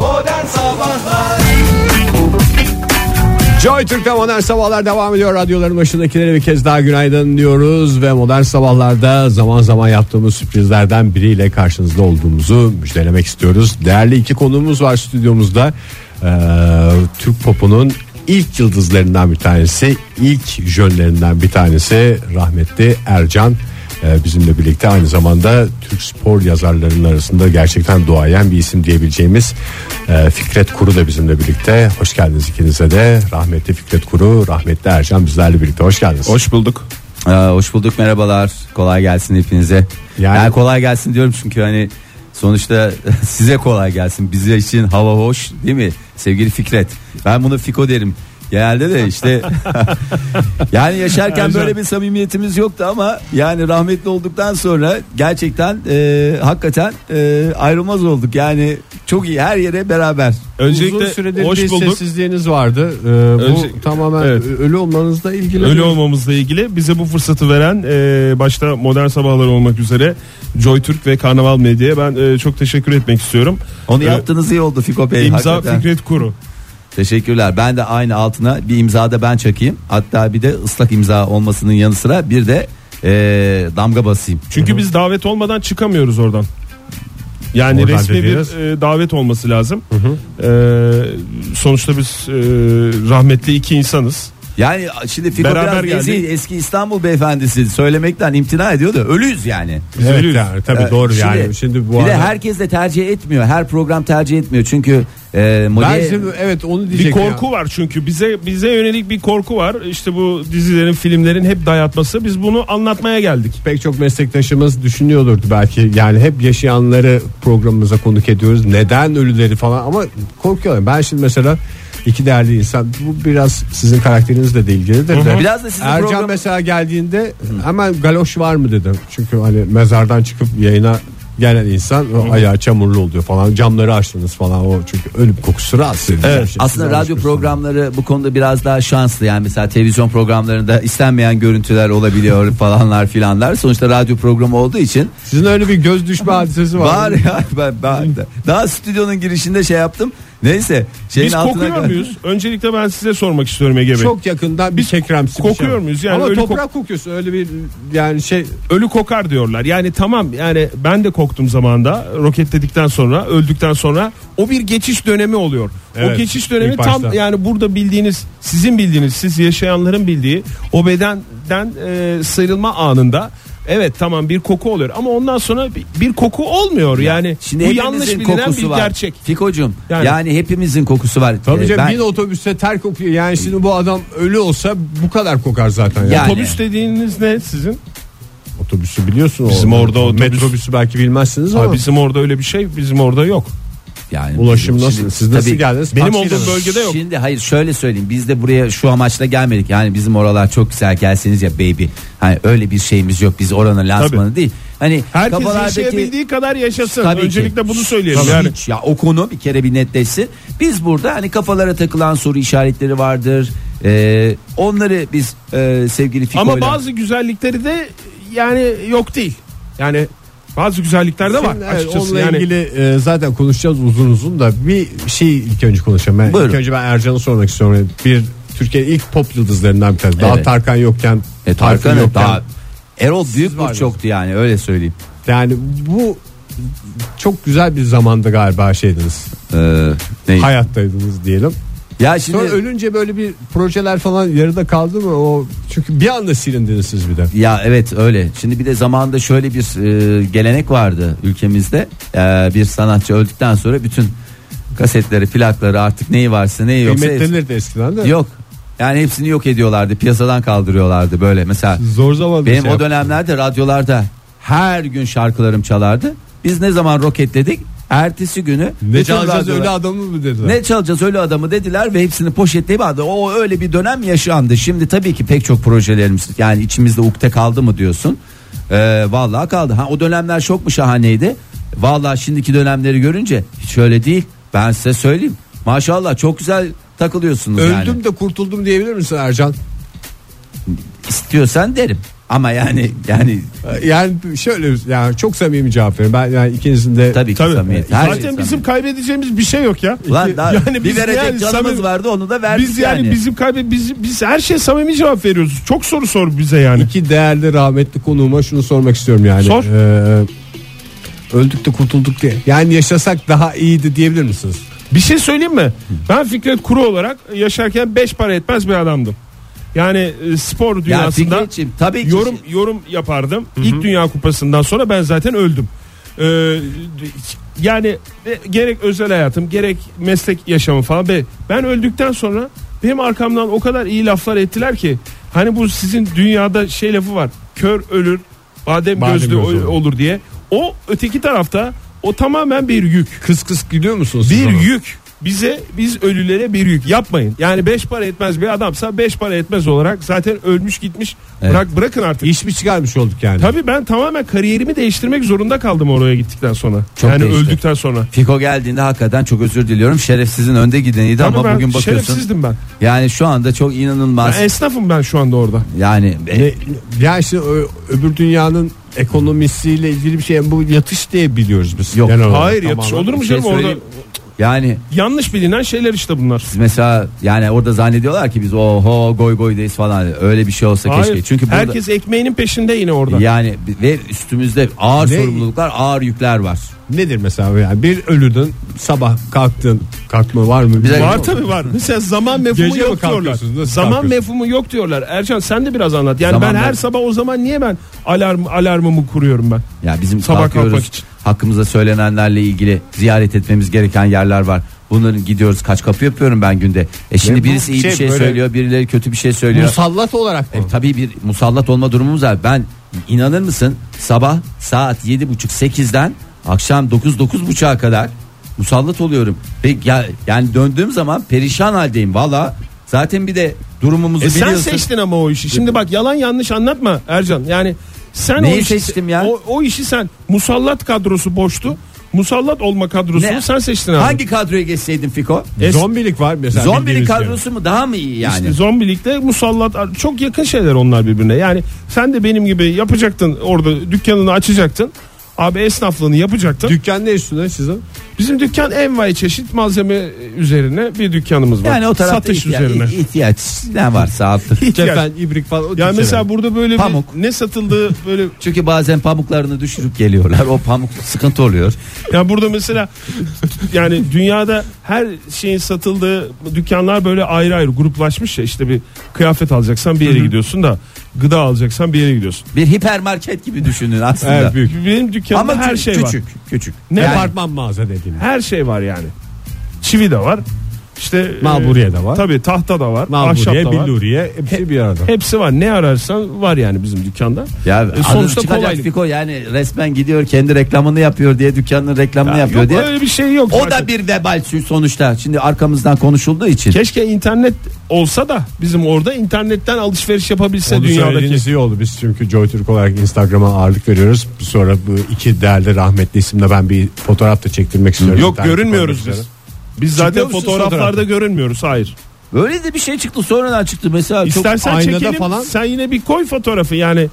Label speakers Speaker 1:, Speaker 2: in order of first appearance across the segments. Speaker 1: Modern Sabahlar
Speaker 2: Joy Türk'te modern sabahlar devam ediyor. Radyoların başındakilere bir kez daha günaydın diyoruz. Ve modern sabahlarda zaman zaman yaptığımız sürprizlerden biriyle karşınızda olduğumuzu müjdelemek istiyoruz. Değerli iki konuğumuz var stüdyomuzda. Ee, Türk popunun ilk yıldızlarından bir tanesi, ilk jönlerinden bir tanesi rahmetli Ercan. Ee, bizimle birlikte aynı zamanda Türk spor yazarlarının arasında gerçekten doğayan bir isim diyebileceğimiz e, Fikret Kuru da bizimle birlikte. Hoş geldiniz ikinize de. Rahmetli Fikret Kuru, rahmetli Ercan bizlerle birlikte. Hoş geldiniz.
Speaker 3: Hoş bulduk.
Speaker 4: Ee, hoş bulduk merhabalar kolay gelsin hepinize
Speaker 2: Yani-
Speaker 4: yani, kolay gelsin diyorum çünkü hani sonuçta size kolay gelsin bize için hava hoş değil mi sevgili Fikret ben bunu Fiko derim genelde de işte yani yaşarken böyle bir samimiyetimiz yoktu ama yani rahmetli olduktan sonra gerçekten e, hakikaten e, ayrılmaz olduk yani çok iyi her yere beraber
Speaker 3: Öncelikle
Speaker 2: Uzun süredir
Speaker 3: hoş
Speaker 2: bir
Speaker 3: bulduk.
Speaker 2: sessizliğiniz vardı. Ee, bu
Speaker 3: Önce-
Speaker 2: tamamen
Speaker 3: Evet.
Speaker 2: ölü olmanızla ilgili.
Speaker 3: Öyle olmamızla ilgili bize bu fırsatı veren e, başta Modern Sabahlar olmak üzere Joy Türk ve Karnaval Medya'ya ben e, çok teşekkür etmek istiyorum.
Speaker 4: onu
Speaker 3: Ee,
Speaker 4: yaptığınız iyi oldu Fiko Bey
Speaker 3: İmza
Speaker 4: hakikaten.
Speaker 3: Fikret Kuru.
Speaker 4: Teşekkürler. Ben de aynı altına bir imza da ben çakayım. Hatta bir de ıslak imza olmasının yanı sıra bir de eee, damga basayım.
Speaker 3: Çünkü biz davet olmadan çıkamıyoruz oradan. Yani
Speaker 2: Oradan
Speaker 3: resmi
Speaker 2: dediğiniz-
Speaker 3: bir e, davet olması lazım. E, sonuçta biz e, rahmetli iki insanız.
Speaker 4: Yani şimdi Fiko
Speaker 3: Beraber
Speaker 4: biraz nezih,
Speaker 3: geldik.
Speaker 4: eski İstanbul beyefendisi söylemekten imtina ediyor da ölüyüz yani.
Speaker 2: Evet
Speaker 3: Üzülüyoruz.
Speaker 2: yani tabii
Speaker 4: Ee,
Speaker 2: doğru yani. Şimdi bu
Speaker 4: bir de
Speaker 2: arada-
Speaker 4: herkes de tercih etmiyor. Her program tercih etmiyor. Çünkü eee
Speaker 2: ben
Speaker 4: Molière-
Speaker 2: şimdi evet onu
Speaker 3: Bir
Speaker 2: diyecektim.
Speaker 3: korku var çünkü bize bize yönelik bir korku var. İşte bu dizilerin, filmlerin hep dayatması. Biz bunu anlatmaya geldik.
Speaker 2: pek çok meslektaşımız düşünüyordur belki yani hep yaşayanları programımıza konuk ediyoruz neden ölüleri falan ama korkuyorum ben şimdi mesela iki değerli insan bu biraz sizin karakterinizle de ilgilidir de.
Speaker 4: Biraz da sizin
Speaker 2: Ercan
Speaker 4: program-
Speaker 2: mesela geldiğinde hemen galoş var mı dedim çünkü hani mezardan çıkıp yayına gelen insan o ayağı çamurlu oluyor falan camları açtınız falan o çünkü ölüm kokusu rahatsız edici bir şey.
Speaker 4: Aslında
Speaker 2: Sizden
Speaker 4: radyo
Speaker 2: hiçbir
Speaker 4: programları bu konuda biraz daha şanslı yani mesela televizyon programlarında istenmeyen görüntüler olabiliyor falanlar filanlar. Sonuçta radyo programı olduğu için
Speaker 2: sorun. Sizin öyle bir göz düşme hadisesi var.
Speaker 4: Var
Speaker 2: mı?
Speaker 4: ya ben, ben de- daha stüdyonun girişinde şey yaptım. Neyse şeyin
Speaker 3: Biz
Speaker 4: altına
Speaker 3: kokuyor muyuz? Öncelikle ben size sormak istiyorum Ege Bey.
Speaker 2: Çok yakından bir
Speaker 3: Biz
Speaker 2: kekremsi bir
Speaker 3: kokuyor
Speaker 2: şey var.
Speaker 3: muyuz? Yani
Speaker 2: Ama
Speaker 3: ölü
Speaker 2: toprak kokuyorsun öyle bir yani şey
Speaker 3: Ölü kokar diyorlar. Yani tamam yani ben de koktum zamanda roketledikten sonra öldükten sonra o bir geçiş dönemi oluyor.
Speaker 2: Evet,
Speaker 3: o geçiş dönemi
Speaker 2: ilk başta.
Speaker 3: tam yani burada bildiğiniz sizin bildiğiniz siz yaşayanların bildiği o bedenden e, sıyrılma anında evet tamam bir koku oluyor ama ondan sonra bir, bir koku olmuyor yani
Speaker 4: Şimdi
Speaker 3: bu
Speaker 4: hepimizin
Speaker 3: yanlış bilinen
Speaker 4: kokusu
Speaker 3: bir
Speaker 4: var.
Speaker 3: gerçek.
Speaker 4: Fikocum
Speaker 3: Yani-
Speaker 4: yani, hepimizin kokusu var.
Speaker 2: Tabii
Speaker 4: Ee,
Speaker 2: canım
Speaker 4: ben-
Speaker 2: e, bin otobüste ter kokuyor. Yani şimdi bu adam ölü olsa bu kadar kokar zaten. Ya.
Speaker 4: Ya- Yani.
Speaker 3: Otobüs dediğiniz ne sizin?
Speaker 2: Otobüsü biliyorsun.
Speaker 3: Bizim orada otobüs-
Speaker 2: Metrobüsü belki bilmezsiniz ama.
Speaker 3: Ha, bizim orada öyle bir şey bizim orada yok.
Speaker 4: yani
Speaker 2: Ulaşım
Speaker 4: şimdi-
Speaker 2: nasıl? Siz nasıl
Speaker 4: tabii-
Speaker 2: geldiniz?
Speaker 3: Benim
Speaker 2: Taksiyle
Speaker 3: olduğum
Speaker 2: mi?
Speaker 3: bölgede yok.
Speaker 4: Şimdi hayır şöyle söyleyeyim biz de buraya şu amaçla gelmedik yani bizim oralar çok güzel gelseniz ya baby hani öyle bir şeyimiz yok biz oranın lansmanı değil hani
Speaker 3: Herkes
Speaker 4: kafalardaki-
Speaker 3: yaşayabildiği kadar yaşasın.
Speaker 4: Tabii ki.
Speaker 3: Öncelikle bunu söyleyelim
Speaker 4: Tabii
Speaker 3: yani.
Speaker 4: hiç ya o konu bir kere bir netleşsin. Biz burada hani kafalara takılan soru işaretleri vardır. Ee, onları biz e, sevgili Fiko'yla.
Speaker 3: Ama bazı güzellikleri de yani yok değil. Yani bazı güzellikler de var
Speaker 2: Senin, evet,
Speaker 3: açıkçası
Speaker 2: onunla
Speaker 3: yani.
Speaker 2: ilgili e, zaten konuşacağız uzun uzun da bir şey ilk önce konuşalım. Ben,
Speaker 4: Buyurun.
Speaker 2: ilk önce ben Ercan'ı sormak istiyorum. Bir Türkiye'nin ilk pop yıldızlarından bir tanesi. Daha
Speaker 4: Evet.
Speaker 2: Tarkan yokken.
Speaker 4: e,
Speaker 2: Tayfun
Speaker 4: Tarkan'ı
Speaker 2: yokken.
Speaker 4: daha Erol Büyükburç
Speaker 2: vardınız.
Speaker 4: çoktu yani öyle söyleyeyim.
Speaker 2: Yani bu çok güzel bir zamanda galiba şeydiniz.
Speaker 4: Ee, ne?
Speaker 2: Hayattaydınız diyelim.
Speaker 4: Ya şimdi
Speaker 2: Sonra ölünce böyle bir projeler falan yarıda kaldı mı o? Çünkü bir anda silindiniz siz bir de.
Speaker 4: Ya evet öyle. Şimdi bir de zamanında şöyle bir e, gelenek vardı ülkemizde. E, bir sanatçı öldükten sonra bütün kasetleri, plakları artık neyi varsa neyi yoksa
Speaker 2: Kıymetlenirdi eskiden de.
Speaker 4: yok. Yani hepsini yok ediyorlardı. Piyasadan kaldırıyorlardı böyle. Mesela
Speaker 2: Zor zaman
Speaker 4: benim o dönemlerde radyolarda her gün şarkılarım çalardı. Biz ne zaman roketledik? Ertesi günü
Speaker 2: Ne
Speaker 4: bütün
Speaker 2: çalacağız
Speaker 4: radyolar-
Speaker 2: öyle adamı mı dediler?
Speaker 4: ne çalacağız öyle adamı dediler ve hepsini poşetleyip aldı. O öyle bir dönem yaşandı. Şimdi tabii ki pek çok projelerimiz yani içimizde ukde kaldı mı diyorsun. Ee, vallahi kaldı. Ha, o dönemler çok mu şahaneydi? Vallahi şimdiki dönemleri görünce hiç öyle değil. Ben size söyleyeyim. Maşallah çok güzel takılıyorsunuz yani.
Speaker 2: Öldüm de kurtuldum diyebilir misin Ercan?
Speaker 4: İstiyorsan derim. Ama yani yani
Speaker 2: Yani şöyle yani çok samimi cevap verin. Ben yani ikinizin de
Speaker 4: tabii ki
Speaker 3: Tabii.
Speaker 4: samimiyet. her
Speaker 3: Zaten
Speaker 4: şey
Speaker 3: bizim
Speaker 4: samimiyet.
Speaker 3: kaybedeceğimiz bir şey yok ya.
Speaker 4: Ulan daha
Speaker 3: Yani
Speaker 4: bir
Speaker 3: biz
Speaker 4: verecek
Speaker 3: yani
Speaker 4: canımız
Speaker 3: samimi-
Speaker 4: vardı onu da verdik
Speaker 3: Biz yani,
Speaker 4: yani.
Speaker 3: bizim kaybe biz, biz her şey samimi cevap veriyoruz. Çok soru sor bize yani.
Speaker 2: iki değerli rahmetli konuğuma şunu sormak istiyorum yani.
Speaker 3: Sor.
Speaker 2: Ee, öldük de kurtulduk diye. Yani yaşasak daha iyiydi diyebilir misiniz?
Speaker 3: Bir şey söyleyeyim mi? Ben Fikret Kuru olarak yaşarken beş para etmez bir adamdım. Yani e, spor
Speaker 4: Ya
Speaker 3: dünyasında
Speaker 4: Fikretciğim, tabii ki
Speaker 3: yorum yorum yapardım. İlk Dünya Kupası'ndan sonra ben zaten öldüm. Ee, yani e, gerek özel hayatım gerek meslek yaşamı falan be ben öldükten sonra benim arkamdan o kadar iyi laflar ettiler ki hani bu sizin dünyada şey lafı var kör ölür badem,
Speaker 2: Badem
Speaker 3: gözlü
Speaker 2: gözlü
Speaker 3: o- olur diye o öteki tarafta o tamamen bir yük
Speaker 2: Kıs kıs gidiyor musunuz? siz
Speaker 3: bir
Speaker 2: ona?
Speaker 3: yük bize biz ölülere bir yük yapmayın. Yani 5 para etmez bir adamsa 5 para etmez olarak zaten ölmüş gitmiş.
Speaker 4: Evet.
Speaker 3: Bırak bırakın artık.
Speaker 2: İş mi çıkarmış olduk yani?
Speaker 3: Tabii ben tamamen kariyerimi değiştirmek zorunda kaldım oraya gittikten sonra.
Speaker 4: Çok
Speaker 3: yani
Speaker 4: değişti.
Speaker 3: öldükten sonra.
Speaker 4: Fiko geldiğinde hakikaten çok özür diliyorum. Şerefsizin önde gideniydi
Speaker 3: Tabii
Speaker 4: ama
Speaker 3: ben
Speaker 4: bugün bakıyorsun.
Speaker 3: şerefsizdim ben.
Speaker 4: Yani şu anda çok
Speaker 3: Ben
Speaker 4: inanılmaz.
Speaker 3: esnafım ben şu anda orada.
Speaker 4: Yani
Speaker 3: E,
Speaker 4: e,
Speaker 2: Ne, ya işte ö- öbür dünyanın ekonomisiyle ilgili bir şey bu yatış diye biliyoruz biz.
Speaker 4: Yok.
Speaker 2: olarak.
Speaker 3: Hayır yatış
Speaker 2: Tamamen.
Speaker 3: olur mu
Speaker 4: Bir şey
Speaker 3: canım orada?
Speaker 4: söyleyeyim. yani
Speaker 3: Yanlış bilinen şeyler işte bunlar.
Speaker 4: mesela yani orada zannediyorlar ki biz oho goy goydayız falan. Öyle bir şey olsa
Speaker 3: Hayır.
Speaker 4: keşke. Çünkü burada
Speaker 3: herkes ekmeğinin peşinde yine orada.
Speaker 4: yani ve üstümüzde ağır
Speaker 2: Ne?
Speaker 4: sorumluluklar, ağır yükler var.
Speaker 2: Nedir mesela yani bir ölüdün sabah kalktın kalkma var mı?
Speaker 4: Bize-
Speaker 2: Var.
Speaker 3: Var tabii var. Mesela zaman mefhumu
Speaker 2: Gece mi
Speaker 3: yok diyorlar.
Speaker 2: kalkıyorsunuz? Nasıl
Speaker 3: Zaman
Speaker 2: kalkıyorsunuz?
Speaker 3: mefhumu yok diyorlar. Ercan sen de biraz anlat. Yani
Speaker 4: Zaman
Speaker 3: ben her
Speaker 4: mef-
Speaker 3: sabah o zaman niye ben alarm alarmımı kuruyorum ben?
Speaker 4: Ya bizim
Speaker 3: Sabah
Speaker 4: kalkıyoruz
Speaker 3: kalkmak için.
Speaker 4: hakkımızda söylenenlerle ilgili ziyaret etmemiz gereken yerler var. Bunların gidiyoruz kaç kapı yapıyorum ben günde. E
Speaker 2: Ve bu
Speaker 4: şimdi birisi iyi
Speaker 2: şey
Speaker 4: bir şey
Speaker 2: böyle-
Speaker 4: söylüyor, birileri kötü bir şey söylüyor.
Speaker 2: Musallat olarak mı?
Speaker 4: E, tabii bir musallat olma durumumuz var. Ben inanır mısın sabah saat 7.30-8'den akşam 9-9.30'a kadar musallat oluyorum. Ve ya- yani döndüğüm zaman perişan haldeyim valla. Zaten bir de durumumuzu
Speaker 3: E sen
Speaker 4: biliyorsun.
Speaker 3: seçtin ama o işi. Şimdi bak yalan yanlış anlatma Ercan. Yani sen
Speaker 4: Neyi
Speaker 3: o işi,
Speaker 4: seçtim ya?
Speaker 3: O, o işi sen musallat kadrosu boştu. Musallat olma kadrosunu
Speaker 4: Ne?
Speaker 3: sen seçtin abi.
Speaker 4: Hangi kadroya geçseydin Fiko?
Speaker 3: Es-
Speaker 2: Zombilik var mesela.
Speaker 4: Zombilik
Speaker 2: bildiğiniz yani.
Speaker 4: kadrosu mu daha mı iyi yani?
Speaker 3: E İşte zombilikle musallat çok yakın şeyler onlar birbirine. Yani sen de benim gibi yapacaktın orada dükkanını açacaktın. Abi esnaflığını yapacaktın.
Speaker 2: Dükkan ne üstüne sizin?
Speaker 3: Bizim dükkan envai çeşit malzeme üzerine bir dükkanımız var.
Speaker 4: Yani o tarafta
Speaker 3: satış
Speaker 4: ihtiya-
Speaker 3: üzerine.
Speaker 4: ihtiyaç ne varsa artık.
Speaker 3: İhtiyaç.
Speaker 2: Kefen, ibrik falan. o
Speaker 3: Yani
Speaker 2: tip
Speaker 3: mesela
Speaker 2: şeyler.
Speaker 3: burada böyle
Speaker 4: Pamuk.
Speaker 3: bir ne satıldığı böyle
Speaker 4: Çünkü bazen pamuklarını düşürüp geliyorlar. O pamuk sıkıntı oluyor.
Speaker 3: yani burada mesela yani dünyada her şeyin satıldığı dükkanlar böyle ayrı ayrı gruplaşmış ya işte bir kıyafet alacaksan bir yere gidiyorsun da gıda alacaksan bir yere gidiyorsun.
Speaker 4: Bir hipermarket gibi düşünün aslında.
Speaker 2: Evet, büyük.
Speaker 3: Benim dükkanımda
Speaker 4: Ama
Speaker 3: her
Speaker 4: kü-
Speaker 3: şey
Speaker 4: küçük,
Speaker 3: var.
Speaker 4: küçük, küçük.
Speaker 3: Ne
Speaker 2: Yani-
Speaker 3: var?
Speaker 2: Departman mağaza dediğim.
Speaker 3: Her şey var yani. Çivi de var. İşte
Speaker 2: Malburiye de var.
Speaker 3: Tabii tahta da var. ahşap
Speaker 2: Malburiye,
Speaker 3: da var.
Speaker 2: billuriye hepsi bir arada.
Speaker 3: Hepsi var. Ne ararsan var yani bizim dükkanda.
Speaker 4: Ya
Speaker 3: E,
Speaker 4: sonuçta çıkacak Fiko yani resmen gidiyor kendi reklamını yapıyor diye dükkanının reklamını
Speaker 3: Ya
Speaker 4: yapıyor
Speaker 3: yok,
Speaker 4: diye.
Speaker 3: öyle bir şey yok.
Speaker 4: O
Speaker 3: zaten.
Speaker 4: da bir vebal sü- sonuçta. Şimdi arkamızdan konuşulduğu için.
Speaker 3: Keşke internet olsa da bizim orada internetten alışveriş yapabilse
Speaker 2: Onu
Speaker 3: dünyadaki.
Speaker 2: söylediğiniz iyi oldu. Biz çünkü Joytürk olarak Instagram'a ağırlık veriyoruz. Sonra bu iki değerli rahmetli isimle ben bir fotoğraf da çektirmek istiyorum.
Speaker 3: Yok
Speaker 2: İnternet
Speaker 3: görünmüyoruz
Speaker 2: kullanıcılara.
Speaker 3: biz. Biz zaten
Speaker 2: Çıkıyor musunuz
Speaker 3: fotoğraflarda
Speaker 2: fotoğrafta?
Speaker 3: görünmüyoruz. Hayır.
Speaker 4: Öyle de bir şey çıktı sonradan çıktı mesela. E çok-
Speaker 3: İstersen
Speaker 2: aynada
Speaker 3: çekelim.
Speaker 2: falan-
Speaker 3: Sen yine bir koy fotoğrafı yani.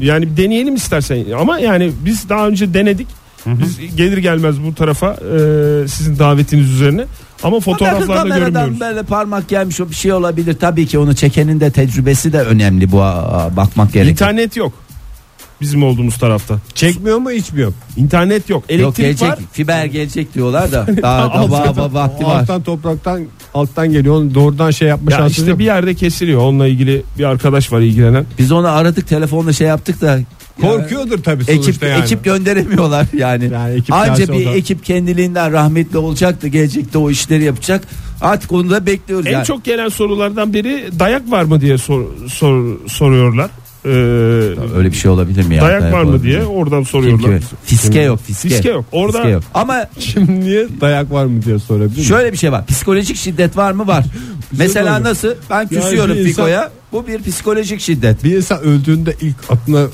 Speaker 3: Yani deneyelim istersen. Ama yani biz daha önce denedik. Biz gelir gelmez bu tarafa e, sizin davetiniz üzerine. Ama
Speaker 4: Bakın
Speaker 3: fotoğraflarda görünmüyoruz.
Speaker 4: kameradan böyle parmak gelmiş o bir şey olabilir. Tabii ki onu çekenin de tecrübesi de önemli bu aa, bakmak gerekiyor.
Speaker 3: İnternet yok. Bizim olduğumuz tarafta.
Speaker 2: Çekmiyor mu içmiyor mu?
Speaker 3: İnternet yok. Elektrik
Speaker 4: Yok şey gelecek
Speaker 3: var.
Speaker 4: fiber gelecek diyorlar da daha
Speaker 3: Al
Speaker 4: da va-
Speaker 3: zaten.
Speaker 4: va- vakti
Speaker 2: O
Speaker 4: var.
Speaker 2: alttan topraktan alttan geliyor. Onu doğrudan şey yapma
Speaker 3: Ya
Speaker 2: şansınız
Speaker 3: işte
Speaker 2: yok.
Speaker 3: bir yerde kesiliyor. Onunla ilgili bir arkadaş var ilgilenen.
Speaker 4: Biz onu aradık telefonla şey yaptık da
Speaker 2: Korkuyordur tabii
Speaker 4: ekip
Speaker 2: sonuçta yani.
Speaker 4: ekip gönderemiyorlar yani.
Speaker 2: Yani ekip gelse
Speaker 4: Anca
Speaker 2: o
Speaker 4: bir
Speaker 2: da-
Speaker 4: ekip kendiliğinden rahmetli olacaktı gelecekte o işleri yapacak. Artık onu da bekliyoruz.
Speaker 3: En
Speaker 4: yani.
Speaker 3: çok gelen sorulardan biri dayak var mı diye sor, sor- soruyorlar. Ee,
Speaker 4: öyle bir şey olabilir mi ya?
Speaker 3: dayak var mı
Speaker 4: olabilir
Speaker 3: diye
Speaker 4: mi?
Speaker 3: oradan
Speaker 4: Kim
Speaker 3: soruyorlar.
Speaker 4: kime? Fiske yok fiske.
Speaker 3: Fiske yok. Orada-
Speaker 4: Fiske yok. Ama
Speaker 2: Şimdi niye dayak var mı diye sorabilir miyim?
Speaker 4: şöyle bir şey var. Psikolojik şiddet var mı? Var. Mesela
Speaker 2: soracağım.
Speaker 4: nasıl? Ben küsüyorum
Speaker 2: bir insan-
Speaker 4: Fiko'ya. Bu bir psikolojik şiddet.
Speaker 2: Bir insan öldüğünde ilk aklına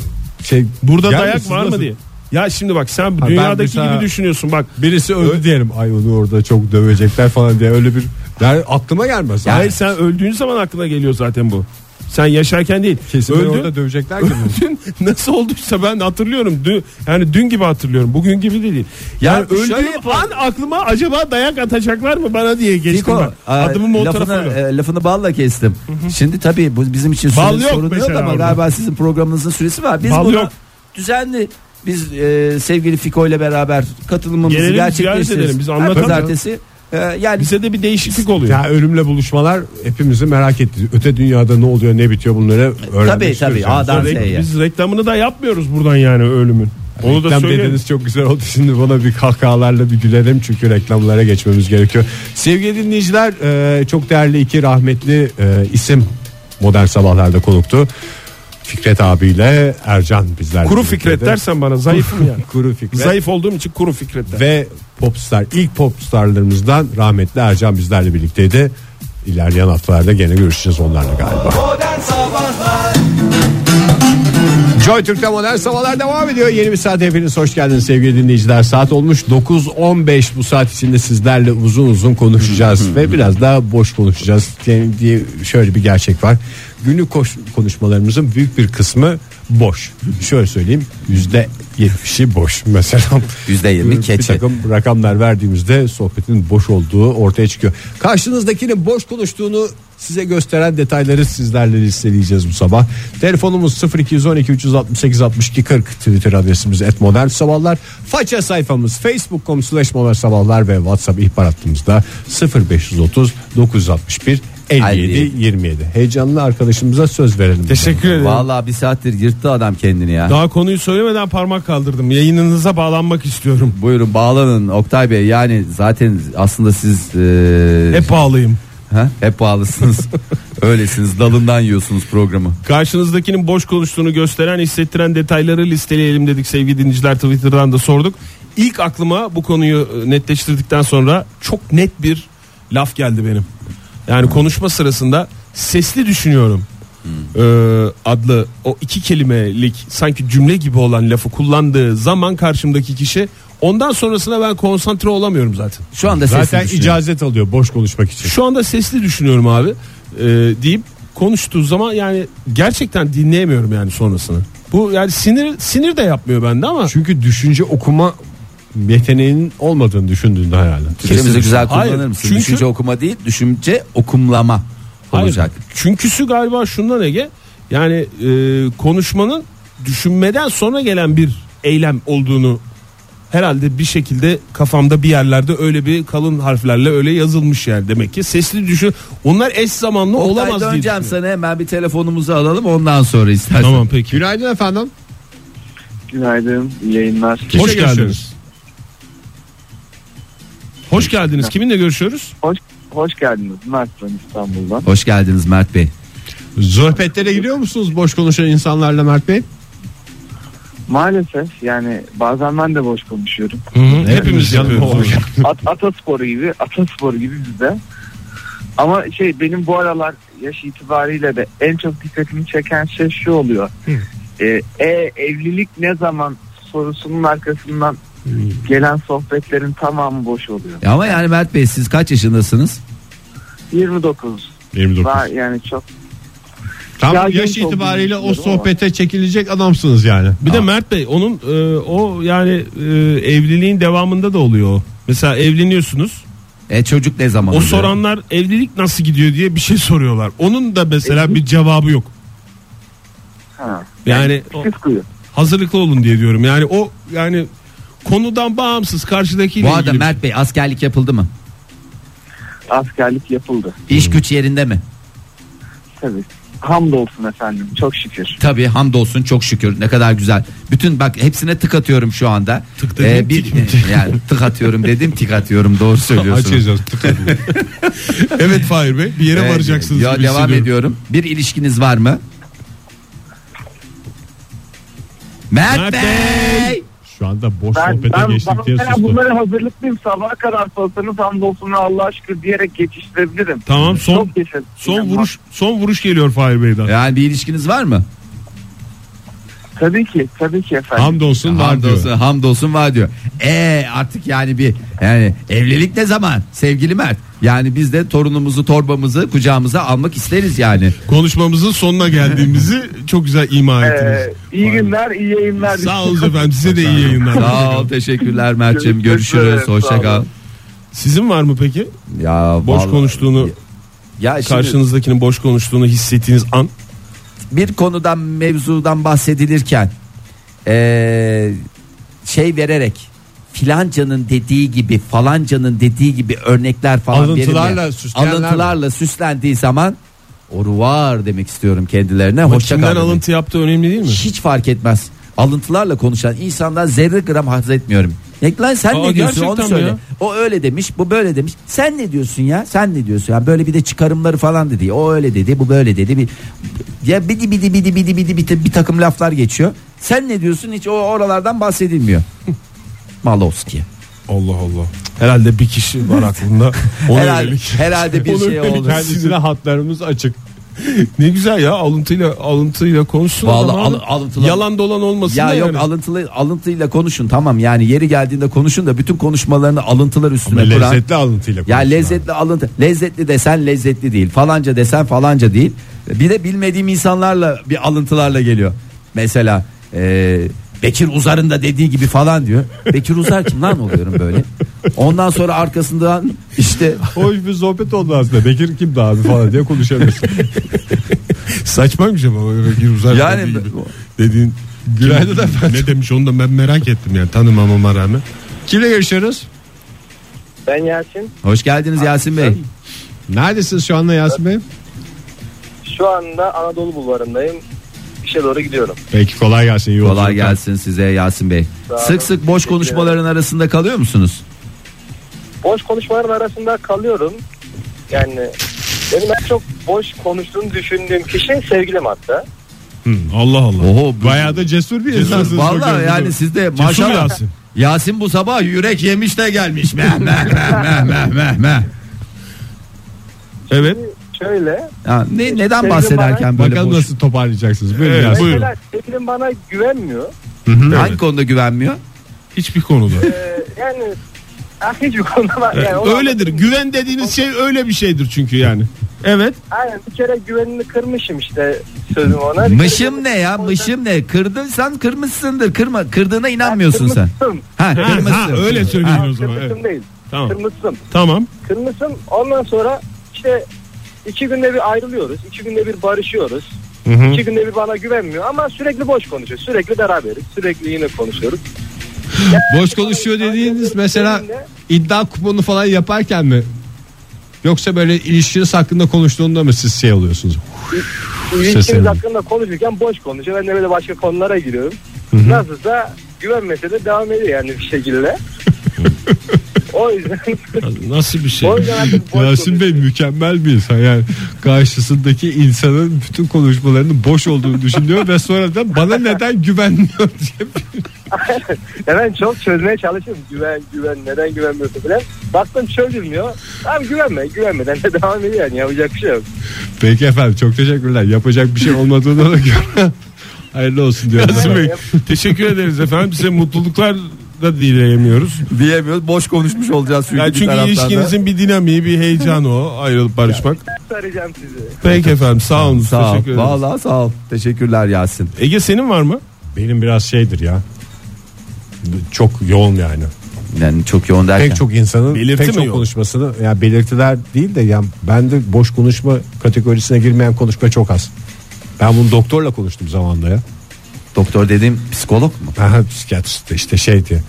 Speaker 2: şey
Speaker 3: Burada
Speaker 2: Gelmesin,
Speaker 3: dayak var
Speaker 2: nasıl?
Speaker 3: mı diye. Ya şimdi bak sen
Speaker 2: ben
Speaker 3: dünyadaki
Speaker 2: mesela-
Speaker 3: gibi düşünüyorsun bak.
Speaker 2: Birisi öldü diyelim. Ay onu orada çok dövecekler falan diye öyle bir yani aklıma gelmez.
Speaker 3: Hayır sen öldüğün zaman aklına geliyor zaten bu. Sen yaşarken değil.
Speaker 2: Kesin beni
Speaker 3: Öldün.
Speaker 2: orada dövecekler gibi.
Speaker 3: Dün nasıl olduysa ben hatırlıyorum. Dün, yani dün gibi hatırlıyorum. Bugün gibi de değil. Yani,
Speaker 4: Yani şöyle
Speaker 3: öldüğüm an aklıma acaba dayak atacaklar mı bana diye geçtim
Speaker 4: Fiko,
Speaker 3: ben.
Speaker 4: e,
Speaker 3: Adımı o
Speaker 4: lafını,
Speaker 3: tarafa öyle.
Speaker 4: e, lafını balla kestim. Şimdi tabii bu bizim için
Speaker 3: Bal
Speaker 4: süre
Speaker 3: yok
Speaker 4: sorun yok
Speaker 3: mesela
Speaker 4: ama
Speaker 3: orada.
Speaker 4: galiba sizin programınızın süresi var. Biz
Speaker 3: Bal
Speaker 4: bunu
Speaker 3: yok.
Speaker 4: düzenli biz e, sevgili Fiko ile beraber katılımımızı
Speaker 3: Gelelim, ziyaret
Speaker 4: gerçekleştiririz.
Speaker 3: edelim. Biz
Speaker 4: Her
Speaker 3: anlatalım.
Speaker 4: Pazartesi e, yani
Speaker 3: Bize de bir değişiklik oluyor.
Speaker 2: Ya ölümle buluşmalar hepimizi merak etti. Öte dünyada ne oluyor ne bitiyor bunları öğrenmek
Speaker 4: tabii
Speaker 2: istiyoruz
Speaker 4: tabii
Speaker 2: yani.
Speaker 4: A'dan
Speaker 3: Re-
Speaker 4: Z'ye.
Speaker 3: Biz reklamını da yapmıyoruz buradan yani ölümün. Onu da
Speaker 2: Reklam
Speaker 3: söyleyelim.
Speaker 2: dediniz çok güzel oldu. Şimdi bana bir kahkahalarla bir gülelim çünkü reklamlara geçmemiz gerekiyor. Sevgili dinleyiciler e, çok değerli iki rahmetli e, isim modern sabahlarda konuktu. Fikret abiyle Ercan bizler.
Speaker 3: Kuru Fikret dersen bana zayıfım ya.
Speaker 2: Kuru Fikret.
Speaker 3: Zayıf olduğum için kuru Fikret der.
Speaker 2: Ve popstar ilk popstarlarımızdan rahmetli Ercan bizlerle birlikteydi. İlerleyen haftalarda gene görüşeceğiz onlarla galiba.
Speaker 1: Modern Sabahlar
Speaker 2: Joy Türk'te modern sabahlar devam ediyor. Yeni bir saat hepiniz hoş geldiniz sevgili dinleyiciler. Saat olmuş 9.15 bu saat içinde sizlerle uzun uzun konuşacağız ve biraz daha boş konuşacağız diye- diye şöyle bir gerçek var. Günlük koş- konuşmalarımızın büyük bir kısmı boş. Şöyle söyleyeyim yüzde %70'i boş mesela.
Speaker 4: %20
Speaker 2: Bir
Speaker 4: keçi.
Speaker 2: takım rakamlar verdiğimizde sohbetin boş olduğu ortaya çıkıyor. Karşınızdakinin boş konuştuğunu size gösteren detayları sizlerle listeleyeceğiz bu sabah. Telefonumuz 0212 368 62 40 Twitter adresimiz et modern sabahlar. Faça sayfamız facebook.com slash modern sabahlar ve whatsapp ihbar hattımızda 0530 961 57 27. Heyecanlı arkadaşımıza söz verelim.
Speaker 3: Teşekkür ederim.
Speaker 4: Vallahi bir saattir yırttı adam kendini ya.
Speaker 3: Daha konuyu söylemeden parmak kaldırdım. Yayınınıza bağlanmak istiyorum.
Speaker 4: Buyurun bağlanın Oktay Bey yani zaten aslında siz e,
Speaker 3: Hep bağlıyım.
Speaker 4: ha? hep bağlısınız. Öylesiniz dalından yiyorsunuz programı.
Speaker 3: Karşınızdakinin boş konuştuğunu gösteren, hissettiren detayları listeleyelim dedik sevgili dinleyiciler. Twitter'dan da sorduk. İlk aklıma bu konuyu e, netleştirdikten sonra çok net bir laf geldi benim. Yani konuşma sırasında sesli düşünüyorum. e, adlı o iki kelimelik sanki cümle gibi olan lafı kullandığı zaman karşımdaki kişi ondan sonrasına ben konsantre olamıyorum zaten.
Speaker 4: Şu anda sesli
Speaker 2: Zaten
Speaker 4: düşünün.
Speaker 2: icazet alıyor boş konuşmak için.
Speaker 3: Şu anda sesli düşünüyorum abi e, deyip konuştuğu zaman yani gerçekten dinleyemiyorum yani sonrasını. Bu yani sinir sinir de yapmıyor bende ama
Speaker 2: Çünkü düşünce okuma yeteneğinin olmadığını düşündüğünde herhalde.
Speaker 4: Kelimizi güzel kullanır
Speaker 3: Hayır,
Speaker 4: mısın?
Speaker 3: çünkü-
Speaker 4: Düşünce okuma değil, düşünce okumlama
Speaker 3: Hayır.
Speaker 4: olacak.
Speaker 3: Çünküsü galiba şundan Ege yani e, konuşmanın düşünmeden sonra gelen bir eylem olduğunu herhalde bir şekilde kafamda bir yerlerde öyle bir kalın harflerle öyle yazılmış yani demek ki sesli düşün. Onlar eş zamanlı olamaz
Speaker 4: Olamaz
Speaker 3: diye.
Speaker 4: döneceğim
Speaker 3: düşünüyorum.
Speaker 4: sana hemen bir telefonumuzu alalım ondan sonra istersen.
Speaker 3: Tamam peki.
Speaker 2: Günaydın efendim.
Speaker 5: Günaydın, iyi yayınlar.
Speaker 3: Hoş
Speaker 2: Kimle
Speaker 3: geldiniz.
Speaker 2: görüşüyoruz?
Speaker 3: Hoş geldiniz. Kiminle görüşüyoruz?
Speaker 5: Hoş, hoş geldiniz. Mert ben İstanbul'dan.
Speaker 4: Hoş geldiniz Mert Bey.
Speaker 2: Zöhbetlere gidiyor musunuz boş konuşan insanlarla Mert Bey?
Speaker 5: Maalesef yani bazen ben de boş konuşuyorum.
Speaker 3: Hepimiz yapıyoruz.
Speaker 5: At, atasporu gibi, atasporu gibi bizde. Ama şey benim bu aralar yaş itibariyle de en çok dikkatimi çeken şey şu oluyor. Ee, E, evlilik ne zaman sorusunun arkasından
Speaker 2: Hmm.
Speaker 5: gelen sohbetlerin tamamı boş oluyor.
Speaker 4: E Ama yani Mert Bey siz kaç yaşındasınız?
Speaker 5: 29.
Speaker 2: 29.
Speaker 5: Daha yani çok
Speaker 2: Tam
Speaker 5: Ya
Speaker 2: yaş
Speaker 5: genç olduğunu
Speaker 2: itibariyle o
Speaker 5: düşünüyorum ama.
Speaker 2: sohbete çekilecek adamsınız yani.
Speaker 3: Bir de Mert Bey onun e, o yani e, evliliğin devamında da oluyor. o. Mesela evleniyorsunuz.
Speaker 4: E çocuk ne zaman?
Speaker 3: O
Speaker 4: oluyor?
Speaker 3: soranlar evlilik nasıl gidiyor diye bir şey soruyorlar. Onun da mesela bir cevabı yok.
Speaker 5: ha,
Speaker 3: Yani o-
Speaker 5: kız kuyu.
Speaker 3: hazırlıklı olun diye diyorum. Yani o yani konudan bağımsız karşıdakiyle
Speaker 4: Bu arada
Speaker 3: ilgili.
Speaker 4: Mert Bey askerlik yapıldı mı?
Speaker 5: Askerlik yapıldı.
Speaker 3: Hmm.
Speaker 4: İş güç yerinde mi?
Speaker 5: Tabii. Hamdolsun efendim. Çok şükür.
Speaker 4: Tabii hamdolsun çok şükür ne kadar güzel. Bütün bak hepsine tık atıyorum şu anda. E,
Speaker 3: Tık dediğin
Speaker 4: bir,
Speaker 3: tik mi?
Speaker 4: yani tık atıyorum dedim tık atıyorum doğru söylüyorsunuz.
Speaker 2: Açacağız.
Speaker 3: evet Fahir Bey bir yere
Speaker 4: Ee,
Speaker 3: varacaksınız.
Speaker 4: Ya
Speaker 3: gibi
Speaker 4: devam
Speaker 3: hissediyorum.
Speaker 4: ediyorum. Bir ilişkiniz var mı? Mert,
Speaker 3: Mert
Speaker 4: Bey.
Speaker 3: Bey!
Speaker 2: Şu anda boş
Speaker 5: Ben,
Speaker 2: sohbete
Speaker 5: ben,
Speaker 2: geçtik diye
Speaker 5: ben
Speaker 2: sustu.
Speaker 5: bunları hazırlıklıyım. Sabaha kadar sorsanız hamdolsun Allah aşkına diyerek geçiştirebilirim.
Speaker 3: Tamam son
Speaker 5: Çok teşekkür
Speaker 3: son
Speaker 5: ederim.
Speaker 3: vuruş son vuruş geliyor Fahir Bey'den.
Speaker 4: Yani bir ilişkiniz var mı?
Speaker 5: Tabii ki, tabii ki efendim.
Speaker 2: Hamdolsun var diyor.
Speaker 4: Hamdolsun, hamdolsun var diyor. E artık yani bir yani evlilik ne zaman sevgili Mert? Yani biz de torunumuzu torbamızı kucağımıza almak isteriz yani.
Speaker 1: Konuşmamızın sonuna geldiğimizi çok güzel ima ettiniz.
Speaker 5: Ee, iyi günler, iyi yayınlar.
Speaker 1: Sağ olun efendim size de iyi yayınlar.
Speaker 4: Sağ ol teşekkürler Mert'ciğim görüşürüz
Speaker 5: Görüşmek üzere,
Speaker 4: hoşça
Speaker 5: sağ
Speaker 4: kal.
Speaker 5: olun.
Speaker 3: Sizin var mı peki?
Speaker 4: Ya
Speaker 3: Boş
Speaker 4: vallahi-
Speaker 3: konuştuğunu,
Speaker 4: Ya şimdi
Speaker 3: karşınızdakinin boş konuştuğunu hissettiğiniz an.
Speaker 4: bir konudan mevzudan bahsedilirken eee, şey vererek filancanın dediği gibi falancanın dediği gibi örnekler falan
Speaker 2: Alıntılarla
Speaker 4: verilmeyen-
Speaker 2: süsleyenler mi?
Speaker 4: alıntılarla süslendiği zaman oruvar demek istiyorum kendilerine
Speaker 3: Ama
Speaker 4: hoşça
Speaker 3: kimden
Speaker 4: kal demek.
Speaker 3: alıntı yaptığı önemli değil mi?
Speaker 4: hiç fark etmez alıntılarla konuşan insandan zerre gram haz etmiyorum ne, lan sen
Speaker 3: Aa,
Speaker 4: ne diyorsun
Speaker 3: gerçekten
Speaker 4: onu
Speaker 3: mi
Speaker 4: söyle
Speaker 3: ya?
Speaker 4: o öyle demiş bu böyle demiş sen ne diyorsun ya sen ne diyorsun ya böyle bir de çıkarımları falan dedi o öyle dedi bu böyle dedi bir ya bidi bidi bidi bidi bidi bir, bir takım laflar geçiyor sen ne diyorsun hiç o oralardan bahsedilmiyor Malowski
Speaker 3: Allah Allah. Herhalde bir kişi var aklında. Ona
Speaker 4: herhalde,
Speaker 3: yönelik.
Speaker 4: herhalde bir
Speaker 3: Ona
Speaker 4: şey
Speaker 3: yönelik
Speaker 4: oldu
Speaker 3: Sizin hatlarımız açık. ne güzel ya alıntıyla alıntıyla konuşsun.
Speaker 4: Vallahi
Speaker 3: ama
Speaker 4: al- alıntılar-
Speaker 3: Yalan dolan olmasın
Speaker 4: ya
Speaker 3: da
Speaker 4: yok
Speaker 3: yani.
Speaker 4: alıntılı alıntıyla konuşun tamam yani yeri geldiğinde konuşun da bütün konuşmalarını alıntılar üstüne kuran
Speaker 2: Lezzetli alıntıyla
Speaker 4: Ya
Speaker 2: konuşun
Speaker 4: lezzetli alıntı. Lezzetli desen lezzetli değil. Falanca desen falanca değil. Bir de bilmediğim insanlarla bir alıntılarla geliyor. Mesela e, Bekir Uzar'ın da dediği gibi falan diyor. Bekir Uzar kim lan oluyorum böyle. Ondan sonra arkasından işte
Speaker 2: abi. Hoş bir sohbet oldu aslında. Bekir kimdi abi falan diye konuşabilirsin.
Speaker 1: Saçmaymış
Speaker 2: şey
Speaker 1: ama öyle bir uzak
Speaker 4: Yani-
Speaker 1: dediği gibi. dediğin Günaydın Ne demiş onu da ben merak ettim yani tanımamama rağmen.
Speaker 2: Kimle görüşüyoruz?
Speaker 5: Ben Yasin.
Speaker 4: hoş geldiniz Yasin Bey.
Speaker 2: Neredesiniz şu anda Yasin Bey?
Speaker 5: Şu anda Anadolu Bulvarı'ndayım. İşe doğru gidiyorum.
Speaker 2: Peki kolay gelsin. iyi
Speaker 4: Kolay
Speaker 2: yolculuklar.
Speaker 4: gelsin size Yasin Bey.
Speaker 5: Sağ olun,
Speaker 4: Sık sık boş
Speaker 5: teşekkür
Speaker 4: konuşmaların arasında kalıyor musunuz?
Speaker 5: Boş konuşmaların arasında kalıyorum. Yani benim en çok boş konuştuğumu düşündüğüm kişi sevgilim hatta.
Speaker 1: Allah Allah.
Speaker 4: Oho bu-
Speaker 1: Bayağı da cesur bir insansınız.
Speaker 4: Vallahi
Speaker 1: Bakıyorum.
Speaker 4: yani sizde
Speaker 1: Cesur
Speaker 4: maşallah. Yasin.
Speaker 1: Yasin.
Speaker 4: bu sabah yürek yemiş de gelmiş. Meh meh meh meh meh meh meh.
Speaker 1: Evet.
Speaker 5: Şöyle
Speaker 4: Ya ne, neden
Speaker 5: Sevgili
Speaker 4: bahsederken böyle
Speaker 2: Bakalım
Speaker 4: boş-
Speaker 2: nasıl toparlayacaksınız. Buyurun
Speaker 1: Evet,
Speaker 2: Yasin.
Speaker 1: buyurun.
Speaker 5: Mesela sevgilim bana güvenmiyor.
Speaker 4: Hangi konuda güvenmiyor?
Speaker 1: Hiçbir konuda.
Speaker 5: Ee, yani ah, hiçbir konuda
Speaker 4: Ee,
Speaker 5: var. yani onu
Speaker 1: Öyledir.
Speaker 5: anlatayım.
Speaker 1: Güven dediğiniz şey öyle bir şeydir çünkü yani. Evet.
Speaker 5: Aynen bir kere güvenini kırmışım işte sözüm ona. Bir kere
Speaker 4: Mışım ne ya?
Speaker 5: ondan-
Speaker 4: Mışım ne? Kırdıysan kırmışsındır. Kırma, kırdığına inanmıyorsun sen.
Speaker 5: Kırmızısın.
Speaker 4: Ha,
Speaker 1: Ha,
Speaker 4: kırmışsın.
Speaker 1: ha, öyle söyleyin
Speaker 5: Ha,
Speaker 1: o zaman. Evet.
Speaker 5: Kırmızısın değil.
Speaker 1: Tamam.
Speaker 5: Kırmızısın.
Speaker 1: Tamam.
Speaker 5: Kırmızısın ondan sonra işte iki günde bir ayrılıyoruz. iki günde bir barışıyoruz. İki günde bir bana güvenmiyor ama sürekli boş konuşuyor. Sürekli beraberiz. Sürekli yine konuşuyoruz.
Speaker 2: Boş konuşuyor dediğiniz mesela iddia kuponu falan yaparken mi? Yoksa böyle ilişkiniz hakkında konuştuğunda mı siz şey oluyorsunuz?
Speaker 5: İlişkimiz
Speaker 2: Seslerini.
Speaker 5: hakkında konuşurken boş konuşuyor. Ben de böyle başka konulara giriyorum. Nasılsa güvenmese de devam ediyor yani bir şekilde. o yüzden
Speaker 1: Nasıl bir şey?
Speaker 5: o yüzden artık boş
Speaker 2: Yasin Bey
Speaker 5: konuşuyor.
Speaker 2: mükemmel bir insan yani karşısındaki insanın bütün konuşmalarının boş olduğunu düşünüyor ve sonra da bana neden güvenmiyor diye
Speaker 5: Ya ben çok çözmeye çalışıyorum. Güven güven neden güvenmiyorsun falan. Baktım çözülmüyor. Tamam güvenme güvenmeden de devam ediyor yani yapacak bir şey yok.
Speaker 2: Peki efendim çok teşekkürler yapacak bir şey olmadığına da göre hayırlı olsun diyorum.
Speaker 1: Yasin Bey, teşekkür ederiz efendim. Size mutluluklar da dileyemiyoruz.
Speaker 4: Diyemiyoruz. Boş konuşmuş olacağız çünkü,
Speaker 1: Yani çünkü ilişkinizin bir dinamiği, bir heyecanı o ayrılıp barışmak.
Speaker 5: Arayacağım sizi.
Speaker 1: Peki efendim sağ olun.
Speaker 4: Sağ ol.
Speaker 1: Teşekkür ederiz.
Speaker 4: Vallahi sağ ol. Teşekkürler Yasin.
Speaker 1: Ege senin var mı?
Speaker 2: Benim biraz şeydir ya çok yoğun yani.
Speaker 4: Yani çok yoğun derken.
Speaker 2: Pek çok insanın
Speaker 1: Belirti
Speaker 2: pek
Speaker 1: mi
Speaker 2: çok
Speaker 1: yok?
Speaker 2: konuşmasını ya belirtiler değil de yani ben de boş konuşma kategorisine girmeyen konuşma çok az. Ben bunu doktorla konuştum zamanında ya.
Speaker 4: Doktor dediğim psikolog mu?
Speaker 2: Aha, psikiyatrist de işte şey diye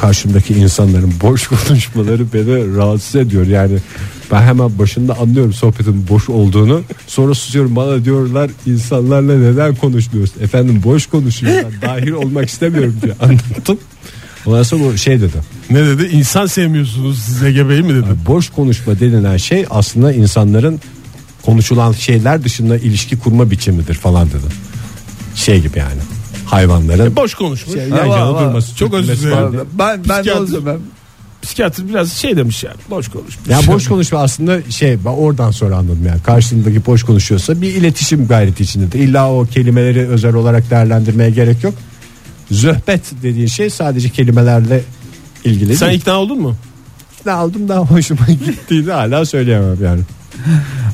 Speaker 2: karşımdaki insanların boş konuşmaları beni rahatsız ediyor yani ben hemen başında anlıyorum sohbetin boş olduğunu sonra susuyorum bana diyorlar insanlarla neden konuşmuyorsun efendim boş konuşuyorsun ben dahil olmak istemiyorum diye anlattım ondan sonra bu şey dedi
Speaker 1: Ne dedi? İnsan sevmiyorsunuz siz Ege Bey mi dedi?
Speaker 2: boş konuşma denilen şey aslında insanların konuşulan şeyler dışında ilişki kurma biçimidir falan dedi şey gibi yani hayvanların
Speaker 1: Boş konuşmuş.
Speaker 2: Şey, yan yana
Speaker 4: Ama-
Speaker 2: durması,
Speaker 1: Çok özür
Speaker 2: sürtünmesi
Speaker 1: dilerim.
Speaker 2: falan diye.
Speaker 4: Ben ben de
Speaker 1: Psikiyatrist.
Speaker 4: o zaman
Speaker 3: psikiyatr biraz şey demiş yani boş konuşmuş.
Speaker 2: Ya boş konuşma aslında şey ben oradan sonra anladım yani karşındaki boş konuşuyorsa bir iletişim gayreti içinde de illa o kelimeleri özel olarak değerlendirmeye gerek yok. Zöhbet dediğin şey sadece kelimelerle ilgili.
Speaker 3: Sen
Speaker 2: Sen
Speaker 3: ikna oldun mu?
Speaker 2: ikna oldum daha hoşuma gittiğini hala söyleyemem yani.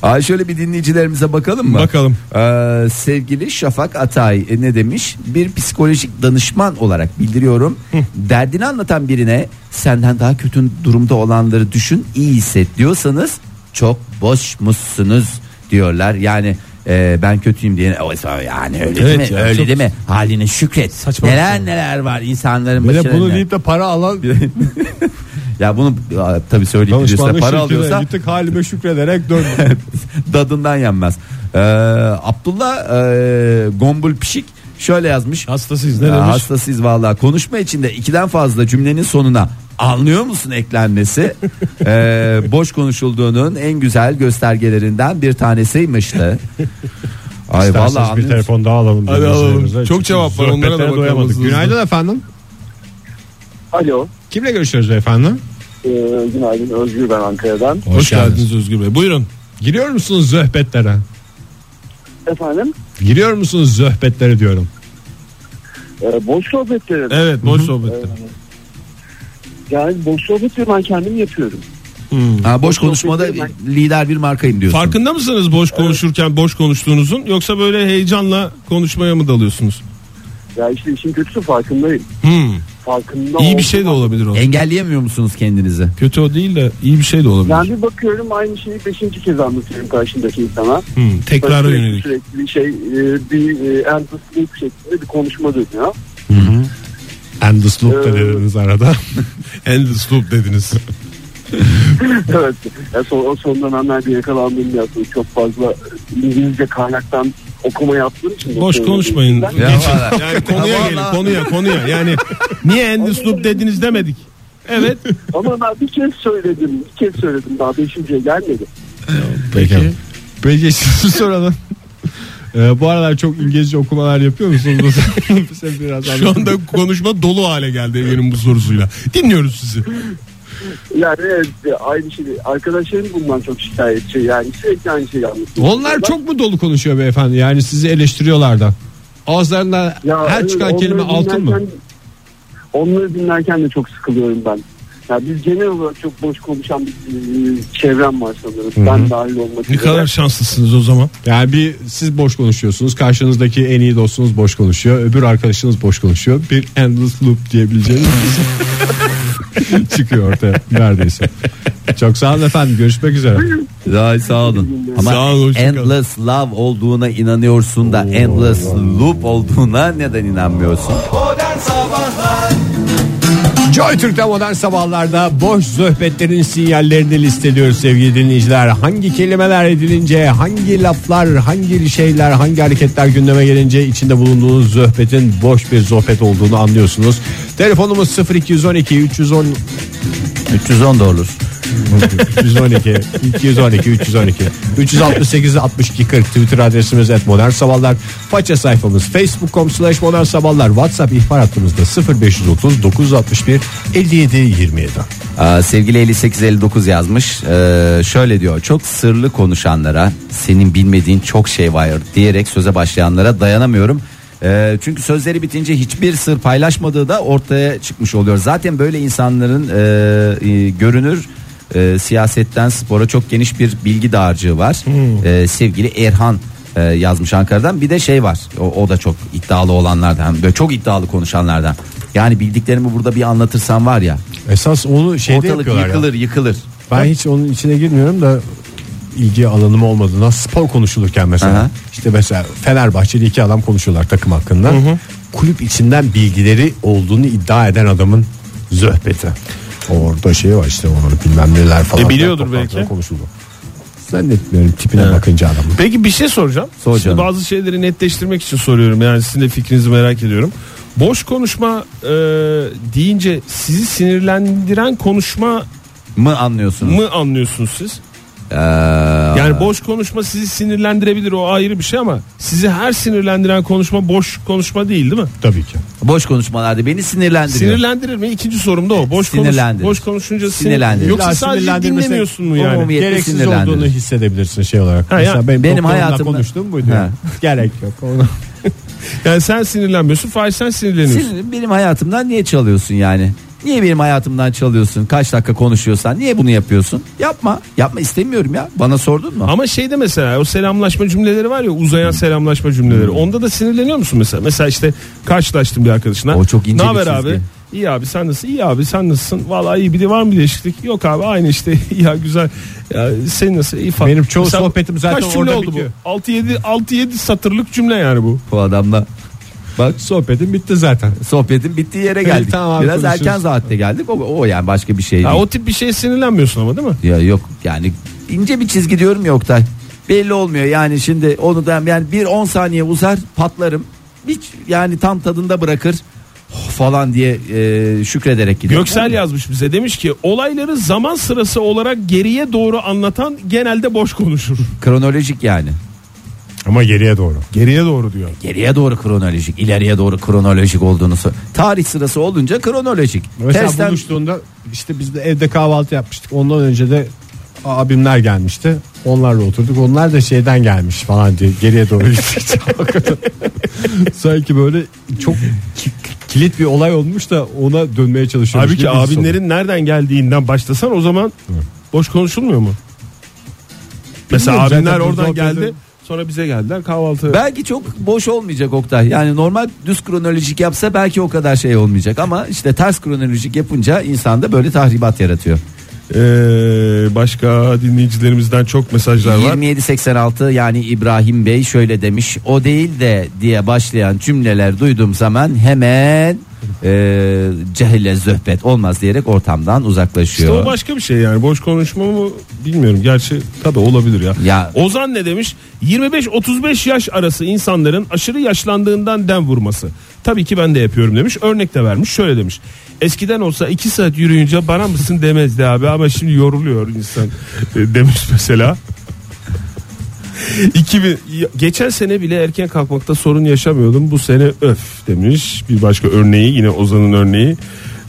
Speaker 4: Aa, şöyle bir dinleyicilerimize bakalım mı?
Speaker 1: Bakalım.
Speaker 4: Ee, sevgili Şafak Atay e, ne demiş? Bir psikolojik danışman olarak bildiriyorum. Derdini anlatan birine senden daha kötü durumda olanları düşün, iyi hisset diyorsanız çok boşmuşsunuz diyorlar. Yani e, ben kötüyüm diye yani öyle değil
Speaker 1: Evet
Speaker 4: mi?
Speaker 1: ya,
Speaker 4: öyle
Speaker 1: çok-
Speaker 4: değil mi? Haline şükret.
Speaker 3: Saçma
Speaker 4: neler neler var insanların
Speaker 2: Bir de
Speaker 4: başına.
Speaker 2: bunu deyip de para alan
Speaker 4: ya bunu a, tabii söyleyip biliyorsa
Speaker 2: danışmanlık
Speaker 4: para
Speaker 2: şirketine
Speaker 4: alıyorsa
Speaker 2: gittik halime şükrederek döndüm.
Speaker 4: dadından yenmez. Ee, Abdullah e, Gombul Pişik şöyle yazmış.
Speaker 3: Hastasıyız
Speaker 4: Ya, hastasıyız vallahi. Konuşma içinde ikiden fazla cümlenin sonuna anlıyor musun eklenmesi ee, boş konuşulduğunun en güzel göstergelerinden bir tanesiymişti. Ay
Speaker 2: İsterseniz
Speaker 4: vallahi
Speaker 2: bir
Speaker 4: anlıyorsun.
Speaker 2: telefon daha alalım.
Speaker 3: Hadi alalım.
Speaker 2: dinleyicilerimize.
Speaker 3: Çok cevap var, onlara da
Speaker 2: Sohbetlere
Speaker 3: bakalım
Speaker 2: doyamadık.
Speaker 3: hızlı hızlı.
Speaker 2: Günaydın efendim.
Speaker 5: Alo.
Speaker 2: Kimle görüşüyoruz efendim?
Speaker 5: Ee, günaydın Özgür ben Ankara'dan.
Speaker 3: Hoş, geldiniz Özgür Bey. Buyurun.
Speaker 2: Giriyor musunuz zöhbetlere?
Speaker 5: Efendim
Speaker 2: Giriyor musunuz zöhbetlere diyorum.
Speaker 5: e, boş sohbetleri.
Speaker 3: Evet boş sohbette.
Speaker 5: Yani boş sohbetleri ben kendim yapıyorum.
Speaker 4: Ha, boş konuşmada lider bir markayım diyorsun.
Speaker 3: Farkında mısınız boş konuşurken boş konuştuğunuzun yoksa böyle heyecanla konuşmaya mı dalıyorsunuz?
Speaker 5: Ya işte işin kötüsü farkındayım.
Speaker 3: Hmm.
Speaker 5: Farkında
Speaker 3: İyi bir
Speaker 5: olduğum
Speaker 3: şey de olabilir o.
Speaker 4: Engelleyemiyor musunuz kendinizi?
Speaker 3: Kötü o değil de iyi bir şey de olabilir.
Speaker 5: Ben bir bakıyorum aynı şeyi beşinci kez anlatıyorum karşımdaki insana.
Speaker 3: Hmm. Tekrara
Speaker 5: Sürekli-
Speaker 3: yönelik.
Speaker 5: Sürekli şey e, bir e, endless loop şeklinde bir konuşma dönüyor.
Speaker 2: Endless loop da
Speaker 5: Ee,
Speaker 2: dediniz arada.
Speaker 1: Endless loop dediniz.
Speaker 5: evet. Ya son, o son dönemlerde yakalandığım bir hastalık. Çok fazla İngilizce kaynaktan okuma yaptığım için.
Speaker 3: Boş konuşmayın.
Speaker 5: Ben-
Speaker 4: Ya
Speaker 3: Geçin.
Speaker 4: vallahi.
Speaker 3: Ee, yani konuya
Speaker 4: Ya
Speaker 3: gelin
Speaker 4: vallahi.
Speaker 3: konuya konuya. Yani niye endless loop dediniz demedik. Evet.
Speaker 5: Ama ben bir kez söyledim. Bir kez söyledim. Daha beşinciye gelmedi.
Speaker 2: Peki. Peki sizi soralım. Ee, bu aralar çok İngilizce okumalar yapıyor musunuz? Bize biraz
Speaker 1: Şu
Speaker 2: anlatın.
Speaker 1: anda konuşma dolu hale geldi benim bu sorusuyla. Dinliyoruz sizi.
Speaker 5: Yani evet, aynı şey. Arkadaşlarım bundan çok şikayetçi. Yani sürekli aynı şeyi anlatıyor.
Speaker 2: Onlar çok mu dolu konuşuyor beyefendi? Yani sizi eleştiriyorlar da. Ağızlarından
Speaker 5: Ya,
Speaker 2: her
Speaker 5: evet,
Speaker 2: çıkan
Speaker 5: onları
Speaker 2: kelime altın mı?
Speaker 5: dinlerken- Onları dinlerken de çok sıkılıyorum ben. Ya biz genel olarak çok boş konuşan bir e, çevrem var sanırım. Ben dahil olmak üzere.
Speaker 3: Ne kadar şanslısınız o zaman.
Speaker 2: Yani bir siz boş konuşuyorsunuz. Karşınızdaki en iyi dostunuz boş konuşuyor. Öbür arkadaşınız boş konuşuyor. Bir endless loop diyebileceğiniz bir- şey çıkıyor ortaya neredeyse. Çok sağ olun efendim. Görüşmek üzere.
Speaker 4: Ay sağ olun. Ama
Speaker 1: Sağ olun, hoşça kalın.
Speaker 4: endless love olduğuna inanıyorsun da endless loop olduğuna neden inanmıyorsun?
Speaker 2: Joy Türk'te modern sabahlarda boş sohbetlerin sinyallerini listeliyoruz sevgili dinleyiciler. Hangi kelimeler edilince, hangi laflar, hangi şeyler, hangi hareketler gündeme gelince içinde bulunduğunuz sohbetin boş bir sohbet olduğunu anlıyorsunuz. Telefonumuz 0212 310
Speaker 4: 310 da olur.
Speaker 2: 312 212 312 368 62 40 Twitter adresimiz et modern sabahlar faça sayfamız facebook.com slash modern sabahlar whatsapp ihbar hattımızda 0530 961 57 27
Speaker 4: Aa, Ee, sevgili 5859 yazmış. Ee, şöyle diyor. Çok sırlı konuşanlara, senin bilmediğin çok şey var diyerek söze başlayanlara dayanamıyorum. Ee, çünkü sözleri bitince hiçbir sır paylaşmadığı da ortaya çıkmış oluyor. Zaten böyle insanların e, e, görünür e, siyasetten spora çok geniş bir bilgi dağarcığı var. Ee, sevgili Erhan e, yazmış Ankara'dan. Bir de şey var. O, o da çok iddialı olanlardan, böyle çok iddialı konuşanlardan. Yani bildiklerimi burada bir anlatırsam var ya
Speaker 2: Esas onu şeyde
Speaker 4: Ortalık
Speaker 2: yapıyorlar ya.
Speaker 4: yıkılır yıkılır.
Speaker 2: Ben hiç onun içine girmiyorum da ilgi alanım olmadığından spor konuşulurken mesela
Speaker 4: Aha.
Speaker 2: işte mesela Fenerbahçeli iki adam konuşuyorlar takım hakkında. Kulüp içinden bilgileri olduğunu iddia eden adamın zöhbeti. Orada şey var işte onu bilmem neler falan.
Speaker 3: E, biliyordur
Speaker 2: Toplantıda
Speaker 3: belki.
Speaker 2: Konuşuldu. Zannetmiyorum tipine bakınca adamın.
Speaker 3: Peki bir şey soracağım.
Speaker 4: Sor
Speaker 3: Şimdi
Speaker 4: canım.
Speaker 3: bazı şeyleri netleştirmek için soruyorum. Yani sizin de fikrinizi merak ediyorum. Boş konuşma e, deyince sizi sinirlendiren konuşma
Speaker 4: Mı anlıyorsunuz? Ee,
Speaker 3: mı anlıyorsunuz siz? Yani boş konuşma sizi sinirlendirebilir o ayrı bir şey ama sizi her sinirlendiren konuşma boş konuşma değil değil mi?
Speaker 1: Tabii ki.
Speaker 4: Boş konuşmalarda beni sinirlendiriyor.
Speaker 3: Sinirlendirir mi? İkinci sorum da o. Boş konuş,
Speaker 4: Sinirlendirir.
Speaker 3: boş konuşunca sinir-
Speaker 4: Sinirlendirir.
Speaker 3: Yoksa
Speaker 2: İlla
Speaker 3: sadece
Speaker 2: sinirlendirmesek-
Speaker 3: dinlemiyorsun mu yani?
Speaker 4: Umumi- Yetkili
Speaker 2: Gereksiz
Speaker 4: sinirlendirir.
Speaker 2: olduğunu hissedebilirsin şey olarak.
Speaker 3: Ha, ya,
Speaker 2: Mesela benim,
Speaker 4: benim
Speaker 2: doktorumla
Speaker 4: hayatımda-
Speaker 2: konuştuğum buydu.
Speaker 4: Ha.
Speaker 2: yani. Gerek yok. Onu...
Speaker 3: Yani sen sinirlenmiyorsun, Fahir sen sinirleniyorsun.
Speaker 4: Sinir- benim hayatımdan niye çalıyorsun yani? Niye benim hayatımdan çalıyorsun? Kaç dakika konuşuyorsan niye bunu yapıyorsun? Yapma. Yapma istemiyorum ya. Bana sordun mu?
Speaker 3: Ama şeyde mesela o selamlaşma cümleleri var ya uzayan selamlaşma cümleleri. Onda da sinirleniyor musun mesela? Mesela işte karşılaştım bir arkadaşına.
Speaker 4: O çok ince
Speaker 3: Ne
Speaker 4: bir
Speaker 3: haber
Speaker 4: çizgi.
Speaker 3: abi? İyi abi sen nasılsın? İyi abi sen nasılsın? Vallahi iyi bir de var mı bir değişiklik? Yok abi aynı işte. ya güzel. Ya sen nasıl? İyi falan.
Speaker 2: Benim çoğu sohbetim zaten
Speaker 3: kaç cümle
Speaker 2: orada
Speaker 3: oldu
Speaker 2: bitiyor.
Speaker 3: bu? 6 7 6 7 satırlık cümle yani bu.
Speaker 4: Bu adamla. Bak
Speaker 2: Sohbetim bitti zaten.
Speaker 4: sohbetin bittiği yere geldik.
Speaker 2: tamam abi,
Speaker 4: Biraz
Speaker 2: konuşuruz.
Speaker 4: erken saatte geldik. O, o yani başka bir şey
Speaker 3: Ya
Speaker 4: değil.
Speaker 3: o tip bir şeye sinirlenmiyorsun ama değil mi?
Speaker 4: Ya yok yani ince bir çizgi diyorum ya Oktay. Belli olmuyor yani şimdi onu da yani bir 10 saniye uzar patlarım. Hiç yani tam tadında bırakır oh falan diye e, şükrederek gidiyor.
Speaker 3: Göksel yazmış bize demiş ki olayları zaman sırası olarak geriye doğru anlatan genelde boş konuşur.
Speaker 4: Kronolojik yani.
Speaker 1: Ama geriye doğru.
Speaker 3: Geriye doğru diyor.
Speaker 4: Geriye doğru kronolojik, ileriye doğru kronolojik olduğunu sor- Tarih sırası olunca kronolojik.
Speaker 2: Mesela
Speaker 4: Tersten-
Speaker 2: buluştuğunda işte biz de evde kahvaltı yapmıştık. Ondan önce de abimler gelmişti. Onlarla oturduk. Onlar da şeyden gelmiş falan diye geriye doğru gittik. Sanki böyle çok ki- kilit bir olay olmuş da ona dönmeye çalışıyormuş.
Speaker 3: Halbuki
Speaker 2: gibi bir his oldu.
Speaker 3: abinlerin nereden geldiğinden başlasan o zaman boş konuşulmuyor mu? Mesela
Speaker 2: Bilmiyorum,
Speaker 3: abinler
Speaker 2: zaten bu
Speaker 3: oradan
Speaker 2: sohbeti-
Speaker 3: geldi sonra bize geldiler kahvaltı.
Speaker 4: Belki çok boş olmayacak Oktay. Yani normal düz kronolojik yapsa belki o kadar şey olmayacak ama işte ters kronolojik yapınca insanda böyle tahribat yaratıyor.
Speaker 3: Ee, başka dinleyicilerimizden çok mesajlar var.
Speaker 4: 2786 yani İbrahim Bey şöyle demiş. O değil de diye başlayan cümleler duyduğum zaman hemen e, cehile zöhbet olmaz diyerek ortamdan
Speaker 3: İşte
Speaker 4: uzaklaşıyor.
Speaker 3: o başka bir şey yani boş konuşma mı bilmiyorum. Gerçi tabii olabilir ya.
Speaker 4: Ya-
Speaker 3: Ozan ne demiş? 25-35 yaş arası insanların aşırı yaşlandığından dem vurması. Tabii ki ben de yapıyorum demiş. Örnek de vermiş şöyle demiş. Eskiden olsa 2 saat yürüyünce bana mısın demezdi abi ama şimdi yoruluyor insan e, demiş mesela. 2000 ya- geçen sene bile erken kalkmakta sorun yaşamıyordum. Bu sene öf demiş. Bir başka örneği yine Ozan'ın örneği.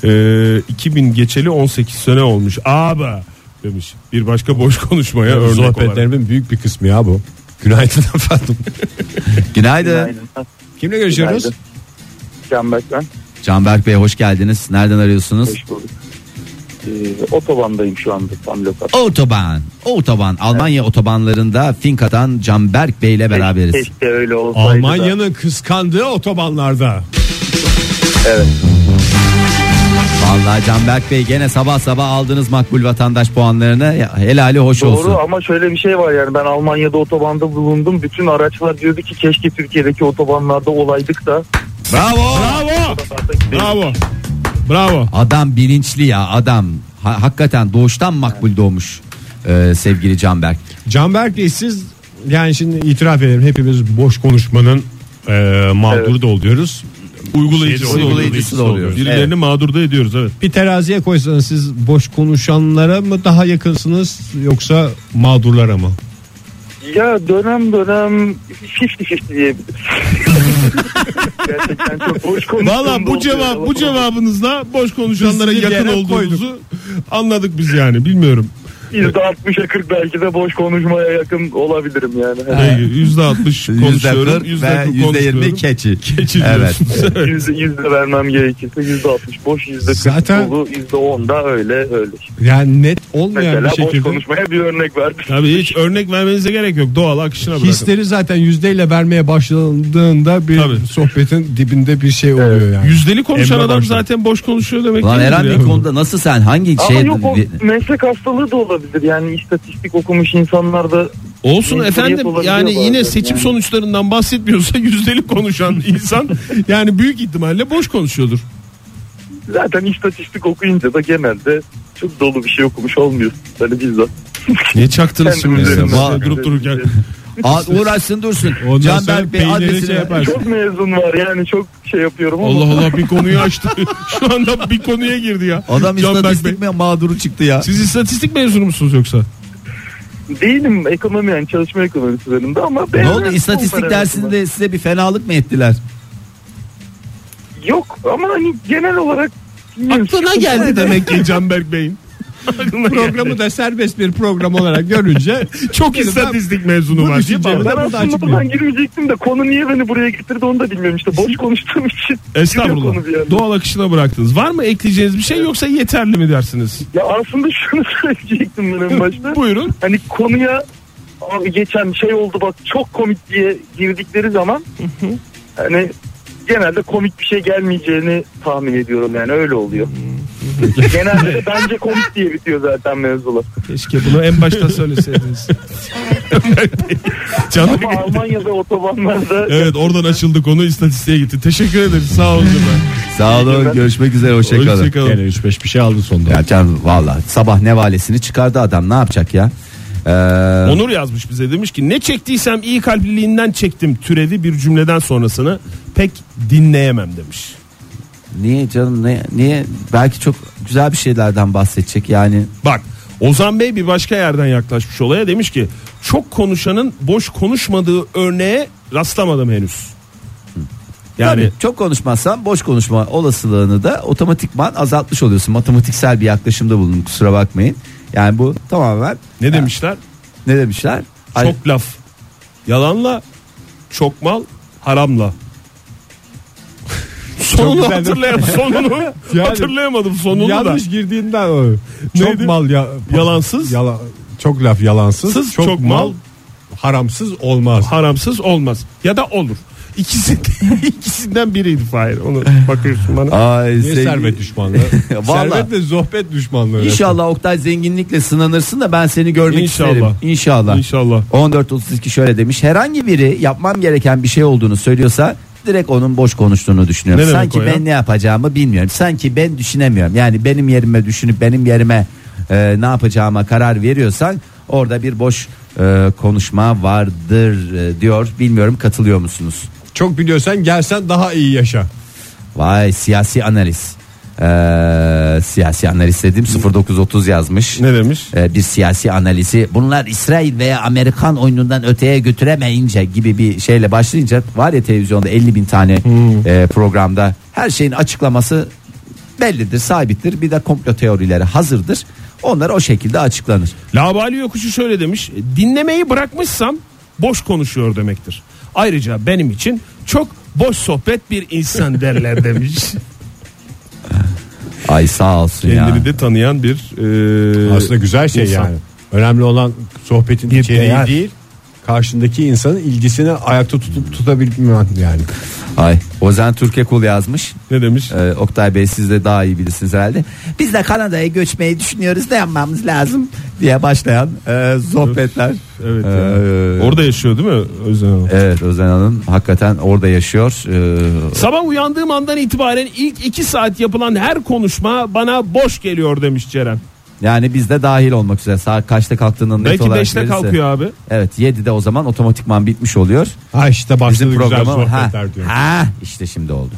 Speaker 3: Ee, 2000 geçeli 18 sene olmuş. Abi demiş. Bir başka boş konuşmaya örnek olarak.
Speaker 2: Sohbetlerimin büyük bir kısmı ya bu. Günaydın efendim.
Speaker 4: Günaydın.
Speaker 2: Kimle görüşüyoruz?
Speaker 5: Günaydın. Canberk ben.
Speaker 4: Canberk Bey hoş geldiniz. Nereden arıyorsunuz?
Speaker 5: Hoş bulduk. Ee, otobandayım şu anda tam lokasyon.
Speaker 4: Otoban. Otoban. Almanya otobanlarında Finka'dan Canberk Bey ile beraberiz.
Speaker 5: Keşke öyle olsaydı da.
Speaker 2: Almanya'nın kıskandığı otobanlarda.
Speaker 5: Evet.
Speaker 4: Vallahi Canberk Bey gene sabah sabah aldınız makbul vatandaş puanlarını. Ya, Helali hoş
Speaker 5: Doğru
Speaker 4: olsun.
Speaker 5: ama şöyle bir şey var yani ben Almanya'da otobanda bulundum. Bütün araçlar diyordu ki keşke Türkiye'deki otobanlarda olaydık da.
Speaker 4: Bravo.
Speaker 3: Bravo. Bravo. Bravo.
Speaker 4: Adam bilinçli ya adam. Ha- hakikaten doğuştan makbul doğmuş e, sevgili Canberk.
Speaker 2: Canberk Bey siz yani şimdi itiraf edelim.
Speaker 1: Benim hepimiz boş konuşmanın e, mağduru da oluyoruz.
Speaker 3: Uygulayıcısı,
Speaker 1: Şeyde oluyor,
Speaker 4: uygulayıcısı da oluyoruz.
Speaker 3: Birilerini mağdur da ediyoruz evet.
Speaker 2: Bir teraziye koysanız siz boş konuşanlara mı daha yakınsınız yoksa mağdurlara mı?
Speaker 5: Ya dönem dönem fifty fifty diyebiliriz. Gerçekten çok boş konuştum.
Speaker 3: Valla bu cevap bu cevabınızla boş konuşanlara
Speaker 2: Biz bir
Speaker 3: yakın
Speaker 2: yere
Speaker 3: olduğunuzu anladık biz yani bilmiyorum.
Speaker 5: %60'a 40 belki de boş konuşmaya yakın olabilirim yani. Hani
Speaker 3: Peki, %60 konuşuyorum. %40 konuşmuyorum.
Speaker 4: keçi.
Speaker 3: Keçi
Speaker 4: Evet.
Speaker 3: diyorsunuz. Evet.
Speaker 5: Yüzde, yüzde vermem gerekirse yüzde altmış boş yüzde
Speaker 2: Zaten-
Speaker 5: kırk dolu yüzde on da öyle öyle. işte.
Speaker 2: Yani net olmayan
Speaker 5: Mesela
Speaker 2: bir
Speaker 5: boş
Speaker 2: şekilde.
Speaker 5: konuşmaya bir örnek verdim.
Speaker 3: Tabii hiç örnek vermenize gerek yok. Doğal akışına bırakın.
Speaker 2: Hisleri zaten yüzdeyle vermeye başlandığında bir
Speaker 3: Tabii.
Speaker 2: sohbetin dibinde bir şey oluyor yani.
Speaker 3: Yüzdeli konuşan
Speaker 1: Emre
Speaker 3: adam
Speaker 1: Başkan.
Speaker 3: zaten boş konuşuyor demek
Speaker 4: Lan
Speaker 3: değildir
Speaker 4: Eren
Speaker 3: ya.
Speaker 4: bir konuda nasıl sen hangi
Speaker 5: Ama
Speaker 4: şey
Speaker 5: yok o meslek hastalığı da olabilir. Yani istatistik okumuş insanlar da
Speaker 3: Olsun
Speaker 5: Mecburiyet
Speaker 3: efendim
Speaker 5: olabiliyor
Speaker 3: yani yine
Speaker 5: bazen
Speaker 3: seçim
Speaker 5: yani.
Speaker 3: sonuçlarından bahsetmiyorsa yüzdeli konuşan insan yani büyük ihtimalle boş konuşuyordur.
Speaker 5: zaten istatistik okuyunca da genelde çok dolu bir şey okumuş olmuyor. Hani bizzat.
Speaker 3: Niye çaktınız
Speaker 5: Kendim
Speaker 3: şimdi siz
Speaker 5: üzerinden
Speaker 3: siz durup
Speaker 5: bakıyorum.
Speaker 3: dururken?
Speaker 4: Aa, uğraşsın dursun.
Speaker 2: Ondan
Speaker 4: Canberk
Speaker 2: sonra
Speaker 4: Bey
Speaker 2: peyniri
Speaker 4: adresini
Speaker 2: şey yapar.
Speaker 5: Çok mezun var yani çok şey yapıyorum ama.
Speaker 3: Allah Allah bir konuyu açtı. Şu anda bir konuya girdi ya.
Speaker 4: Adam
Speaker 3: Canberk Bey.
Speaker 4: istatistik mi mağduru çıktı ya.
Speaker 3: Siz istatistik mezunu musunuz yoksa?
Speaker 5: Değilim ekonomi yani çalışma ekonomisi bölümünde ama
Speaker 4: Ne
Speaker 5: ben-
Speaker 4: oldu istatistik dersinde size bir fenalık mı ettiler?
Speaker 5: Yok ama hani genel olarak
Speaker 2: Aklına geldi demek ki
Speaker 3: Canberk Bey'in.
Speaker 2: programı da serbest bir program olarak görünce
Speaker 3: Çok istatistik mezunu var diye
Speaker 2: düşüncemi-
Speaker 3: bağırdı.
Speaker 5: Ben
Speaker 2: Buradan
Speaker 5: aslında
Speaker 2: çıkmıyor.
Speaker 5: buradan girmeyecektim de konu niye beni buraya getirdi onu da bilmiyorum işte boş konuştuğum için.
Speaker 3: Estağfurullah.
Speaker 5: Gidiyor konu bir yerde.
Speaker 3: Doğal akışına bıraktınız. Var mı ekleyeceğiniz bir şey yoksa yeterli mi dersiniz?
Speaker 5: Ya aslında şunu söyleyecektim ben en başta.
Speaker 3: Buyurun.
Speaker 5: hani konuya abi geçen şey oldu bak çok komik diye girdikleri zaman hani genelde komik bir şey gelmeyeceğini tahmin ediyorum yani öyle oluyor. genelde de bence komik diye bitiyor zaten mevzular.
Speaker 3: Keşke bunu en başta söyleseydiniz. Canım.
Speaker 5: Ama Almanya'da otobanlarda
Speaker 1: Evet oradan açıldı konu istatistiğe gitti. Teşekkür ederiz sağ olun.
Speaker 4: Sağ olun görüşmek üzere hoşçakalın.
Speaker 1: Hoşçakalın.
Speaker 2: gene 3-5 bir şey aldı sonunda.
Speaker 4: Ya can valla sabah nevalesini çıkardı adam ne yapacak ya? Ee,
Speaker 3: Onur yazmış bize demiş ki ne çektiysem iyi kalpliliğinden çektim türevi bir cümleden sonrasını pek dinleyemem demiş.
Speaker 4: Niye canım ne, niye belki çok güzel bir şeylerden bahsedecek yani
Speaker 3: Bak Ozan Bey bir başka yerden yaklaşmış olaya demiş ki çok konuşanın boş konuşmadığı örneğe rastlamadım henüz. Yani
Speaker 4: Tabii, çok konuşmazsan boş konuşma olasılığını da otomatikman azaltmış oluyorsun. Matematiksel bir yaklaşımda bulundum kusura bakmayın. Yani bu tamamen
Speaker 3: ne demişler?
Speaker 4: ne demişler? Ay,
Speaker 3: Çok laf yalanla, çok mal haramla. sonunu
Speaker 2: güzel.
Speaker 3: hatırlayamadım. Sonunu
Speaker 2: Yani-
Speaker 3: hatırlayamadım sonunu
Speaker 2: Yanlış
Speaker 3: da.
Speaker 2: girdiğinden o. Çok
Speaker 3: Neydi?
Speaker 2: mal ya,
Speaker 3: Yalansız.
Speaker 2: Yala, çok laf yalansız.
Speaker 3: Sız,
Speaker 2: çok,
Speaker 3: çok
Speaker 2: mal
Speaker 3: mal.
Speaker 2: haramsız olmaz.
Speaker 3: Haramsız olmaz ya da olur. İkisi, ikisinden biriydi Fahir. Onu bakıyorsun bana.
Speaker 4: Ay,
Speaker 2: Niye
Speaker 4: sevgili-
Speaker 2: servet düşmanlığı?
Speaker 4: Vallahi.
Speaker 2: servet de zohbet düşmanlığı.
Speaker 4: İnşallah Oktay zenginlikle sınanırsın da ben seni görmek
Speaker 3: İnşallah.
Speaker 4: isterim. İnşallah.
Speaker 3: İnşallah.
Speaker 4: 14.32 şöyle demiş. Herhangi biri yapmam gereken bir şey olduğunu söylüyorsa direkt onun boş konuştuğunu düşünüyorum.
Speaker 3: Ne demek
Speaker 4: Sanki
Speaker 3: o ya?
Speaker 4: ben ne yapacağımı bilmiyorum. Sanki ben düşünemiyorum. Yani benim yerime düşünüp benim yerime e, ne yapacağıma karar veriyorsan orada bir boş e, konuşma vardır e, diyor. Bilmiyorum katılıyor musunuz?
Speaker 2: Çok biliyorsan gelsen daha iyi yaşa.
Speaker 4: Vay siyasi analiz. E, siyasi analiz dediğim 0930 yazmış.
Speaker 3: Ne demiş?
Speaker 4: E, bir siyasi analizi bunlar İsrail veya Amerikan oyunundan öteye götüremeyince gibi bir şeyle başlayınca var ya televizyonda 50 bin tane
Speaker 3: Hmm.
Speaker 4: e, programda her şeyin açıklaması bellidir sabittir bir de komplo teorileri hazırdır onlar o şekilde açıklanır
Speaker 3: Labali yokuşu şöyle demiş. Dinlemeyi bırakmışsam boş konuşuyor demektir. Ayrıca benim için çok boş sohbet bir insan derler demiş.
Speaker 4: ay sağ olsun ya
Speaker 3: Kendini de tanıyan bir
Speaker 4: Ee,
Speaker 3: e,
Speaker 2: Aslında güzel şey
Speaker 3: insan.
Speaker 2: yani. Önemli olan sohbetin içeriği
Speaker 3: değer.
Speaker 2: değil. Karşındaki insanın ilgisini ayakta tutup tutabilmen yani.
Speaker 4: ay Ozan Türkekul yazmış
Speaker 3: Ne demiş?
Speaker 4: Ee, Oktay Bey siz de daha iyi bilirsiniz herhalde. Biz de Kanada'ya göçmeyi düşünüyoruz. Ne yapmamız lazım diye başlayan e, sohbetler.
Speaker 3: Evet.
Speaker 4: Ee,
Speaker 3: yani. Orada yaşıyor değil mi Özlem Hanım?
Speaker 4: Evet Özen Hanım hakikaten orada yaşıyor. Ee,
Speaker 3: Sabah uyandığım andan itibaren ilk iki saat yapılan her konuşma bana boş geliyor demiş Ceren.
Speaker 4: yani biz de dahil olmak üzere saat kaçta kalktığının net
Speaker 3: Belki
Speaker 4: olarak
Speaker 3: beşte
Speaker 4: verirse-
Speaker 3: kalkıyor abi.
Speaker 4: Evet 7'de o zaman otomatikman bitmiş oluyor.
Speaker 2: Ha işte başladı
Speaker 4: Bizim
Speaker 2: güzel
Speaker 4: programı ha,
Speaker 2: sohbetler diyor.
Speaker 4: ha işte şimdi oldu.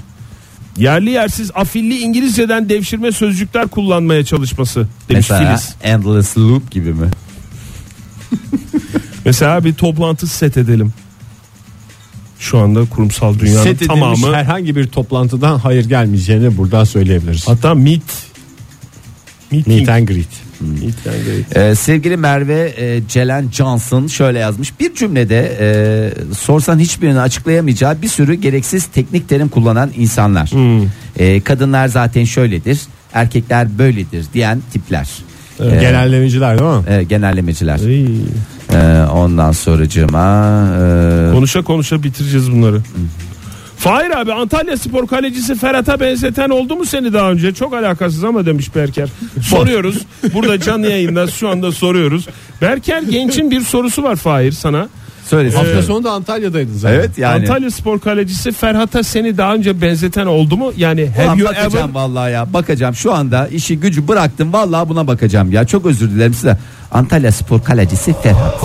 Speaker 3: Yerli yersiz afilli İngilizceden devşirme sözcükler kullanmaya çalışması demiş
Speaker 4: Mesela
Speaker 3: Filiz.
Speaker 4: endless loop gibi mi?
Speaker 3: Mesela bir toplantı set edelim. Şu anda kurumsal dünyanın
Speaker 2: Set edilmiş
Speaker 3: tamamı
Speaker 2: herhangi bir toplantıdan hayır gelmeyeceğini buradan söyleyebiliriz.
Speaker 3: hatta meet meeting
Speaker 2: Meet and greet.
Speaker 3: Meet and greet.
Speaker 4: Ee, sevgili Merve e, Celen Johnson şöyle yazmış. Bir cümlede e, sorsan hiçbirini açıklayamayacağı bir sürü gereksiz teknik terim kullanan insanlar.
Speaker 3: Hmm.
Speaker 4: E, kadınlar zaten şöyledir, erkekler böyledir diyen tipler. E,
Speaker 2: Genellemeciler değil mi?
Speaker 4: e, genellemeciler.
Speaker 3: Ey,
Speaker 4: E, ondan sonracığıma e,
Speaker 3: Konuşa konuşa bitireceğiz bunları. Fahir abi Antalya spor kalecisi Ferhat'a benzeten oldu mu seni daha önce? Çok alakasız ama demiş Berker. Soruyoruz. Burada canlı yayında şu anda soruyoruz. Berker Genç'in bir sorusu var Fahir sana.
Speaker 4: söylesin.
Speaker 2: Hafta sonu da Antalya'daydın zaten.
Speaker 4: Evet yani.
Speaker 3: Ee, Antalya spor kalecisi Ferhat'a seni daha önce benzeten oldu mu? Yani have
Speaker 4: Ulan
Speaker 3: you
Speaker 4: bakacağım
Speaker 3: ever
Speaker 4: vallahi ya bakacağım şu anda işi gücü bıraktım vallahi buna bakacağım ya çok özür dilerim size Antalya Spor kalecisi Ferhat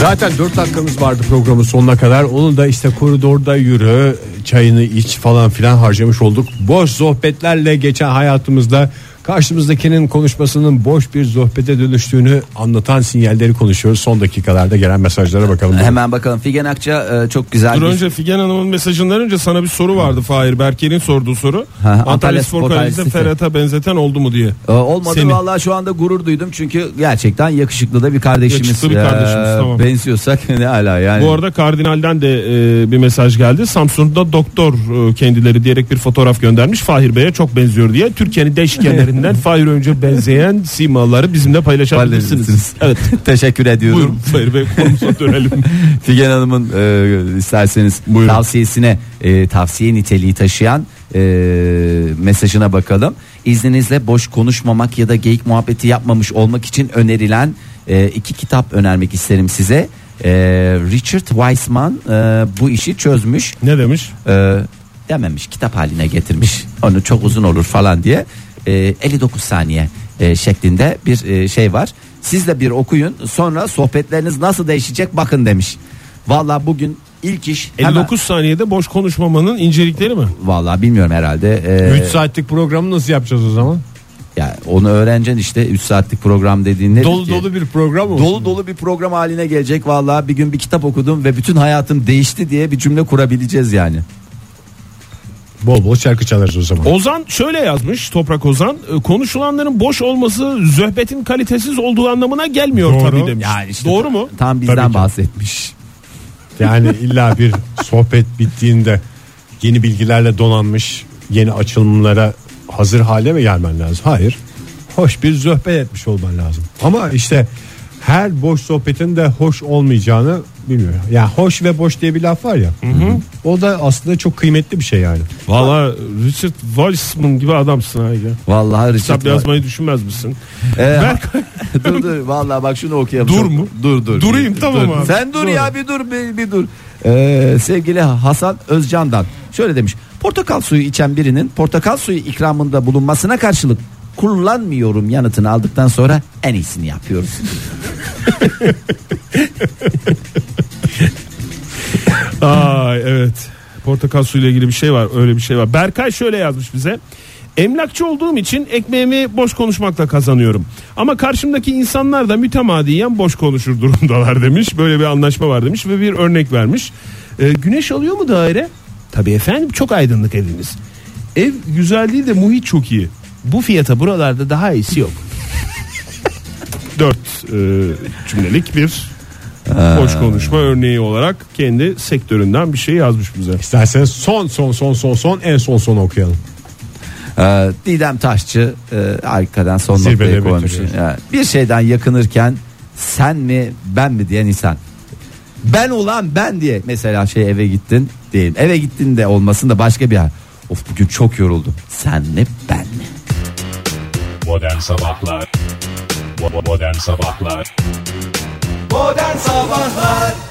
Speaker 2: Zaten 4 dakikamız vardı programın sonuna kadar. Onu da işte koridorda yürü, çayını iç falan filan harcamış olduk. Boş sohbetlerle geçen hayatımızda karşımızdakinin konuşmasının boş bir sohbete dönüştüğünü anlatan sinyalleri konuşuyoruz. Son dakikalarda gelen mesajlara bakalım.
Speaker 4: Hemen bakalım Figen Akça e, çok güzel
Speaker 3: Dur
Speaker 4: bir-
Speaker 3: önce Figen Hanım'ın mesajından önce sana bir soru vardı Fahir. Berker'in sorduğu soru.
Speaker 4: Ha,
Speaker 3: Antalya,
Speaker 4: Antalya
Speaker 3: Spor
Speaker 4: Spor
Speaker 3: Kalecisi
Speaker 4: Kalecisi.
Speaker 3: Ferhat'a benzeten oldu mu diye.
Speaker 4: E, olmadı
Speaker 3: Seni.
Speaker 4: vallahi şu anda gurur duydum çünkü gerçekten yakışıklı da bir kardeşimiz.
Speaker 3: Yakışıklı bir
Speaker 4: E,
Speaker 3: kardeşimiz, tamam.
Speaker 4: Benziyorsak ne ala yani.
Speaker 3: Bu arada Kardinal'den de e, bir mesaj geldi. Samsun'da doktor e, kendileri diyerek bir fotoğraf göndermiş. Fahir Bey'e çok benziyor diye. Türkiye'nin değişkenlerinden Fahir Önce benzeyen simaları bizimle paylaşabilirsiniz.
Speaker 4: Paylaşabilirsiniz.
Speaker 3: evet.
Speaker 4: Teşekkür ediyorum.
Speaker 3: Buyurun Fahir Bey konumuza dönelim.
Speaker 4: Figen Hanım'ın e, isterseniz tavsiyesine e, tavsiye niteliği taşıyan e, mesajına bakalım. İzninizle boş konuşmamak ya da geyik muhabbeti yapmamış olmak için önerilen e, iki kitap önermek isterim size. E, Richard Weissman e, bu işi çözmüş
Speaker 3: ne demiş?
Speaker 4: e, dememiş kitap haline getirmiş onu çok uzun olur falan diye E, 59 saniye e, şeklinde bir e, şey var siz de bir okuyun sonra sohbetleriniz nasıl değişecek bakın demiş Vallahi bugün ilk iş hemen-
Speaker 3: 59 saniyede boş konuşmamanın incelikleri mi?
Speaker 4: Vallahi bilmiyorum herhalde E,
Speaker 2: 3 saatlik programı nasıl yapacağız o zaman?
Speaker 4: ya onu öğreneceksin işte 3 saatlik program dediğin nedir
Speaker 2: Dolu
Speaker 4: ki?
Speaker 2: dolu bir program olsun.
Speaker 4: Dolu dolu bir program haline gelecek vallahi bir gün bir kitap okudum ve bütün hayatım değişti diye bir cümle kurabileceğiz yani.
Speaker 2: Bol bol şarkı çalarız o zaman.
Speaker 3: Ozan şöyle yazmış Toprak Ozan. e, Konuşulanların boş olması zöhbetin kalitesiz olduğu anlamına gelmiyor
Speaker 2: Doğru.
Speaker 3: tabii demiş.
Speaker 4: Yani işte
Speaker 3: Doğru mu?
Speaker 4: Tam
Speaker 2: Tabii
Speaker 4: bizden
Speaker 2: ki.
Speaker 4: bahsetmiş.
Speaker 2: Yani illa bir sohbet bittiğinde yeni bilgilerle donanmış, yeni açılımlara hazır hale mi gelmen lazım? Hayır. Hoş bir sohbet etmiş olman lazım. Ama işte her boş sohbetin de hoş olmayacağını bilmiyorum. Yani hoş ve boş diye bir laf var ya. O da aslında çok kıymetli bir şey yani.
Speaker 3: Valla Richard Weissman gibi adamsın ha. ya.
Speaker 4: Vallahi
Speaker 3: Kitap
Speaker 4: Richard
Speaker 3: yazmayı düşünmez misin?
Speaker 4: Ee,
Speaker 3: Berkay-
Speaker 4: dur dur vallahi bak şunu okuyalım.
Speaker 3: Dur mu?
Speaker 4: Dur dur.
Speaker 3: Durayım,
Speaker 4: Bir-
Speaker 3: tamam
Speaker 4: dur.
Speaker 3: abi.
Speaker 4: Sen dur
Speaker 3: Dur.
Speaker 4: ya bir dur bir, bir dur. Ee, sevgili Hasan Özcan'dan şöyle demiş. Portakal suyu içen birinin portakal suyu ikramında bulunmasına karşılık kullanmıyorum yanıtını aldıktan sonra en iyisini yapıyoruz.
Speaker 3: Ay evet. Portakal suyuyla ilgili bir şey var. Öyle bir şey var. Berkay şöyle yazmış bize. Emlakçı olduğum için ekmeğimi boş konuşmakla kazanıyorum. Ama karşımdaki insanlar da mütemadiyen boş konuşur durumdalar demiş. Böyle bir anlaşma var demiş ve bir örnek vermiş. Ee, güneş alıyor mu daire? Tabii efendim çok aydınlık evimiz. Ev güzel değil de muhit çok iyi. Bu fiyata buralarda daha iyisi yok. Dört e, cümlelik bir boş konuşma örneği olarak kendi sektöründen bir şey yazmış bize.
Speaker 2: İsterseniz son son son son son en son son okuyalım.
Speaker 4: Ee, Didem Taşçı e, arkadan son
Speaker 2: Zirvede
Speaker 4: noktayı koymuş.
Speaker 2: bitiriyor.
Speaker 4: Ya, bir şeyden yakınırken sen mi ben mi diyen insan. Ben olan ben diye mesela şey eve gittin diyelim. Eve gittin de olmasın da başka bir yer. Of bugün çok yoruldum. Sen mi ben mi?
Speaker 6: Modern Sabahlar Bo- Modern Sabahlar
Speaker 4: Modern Sabahlar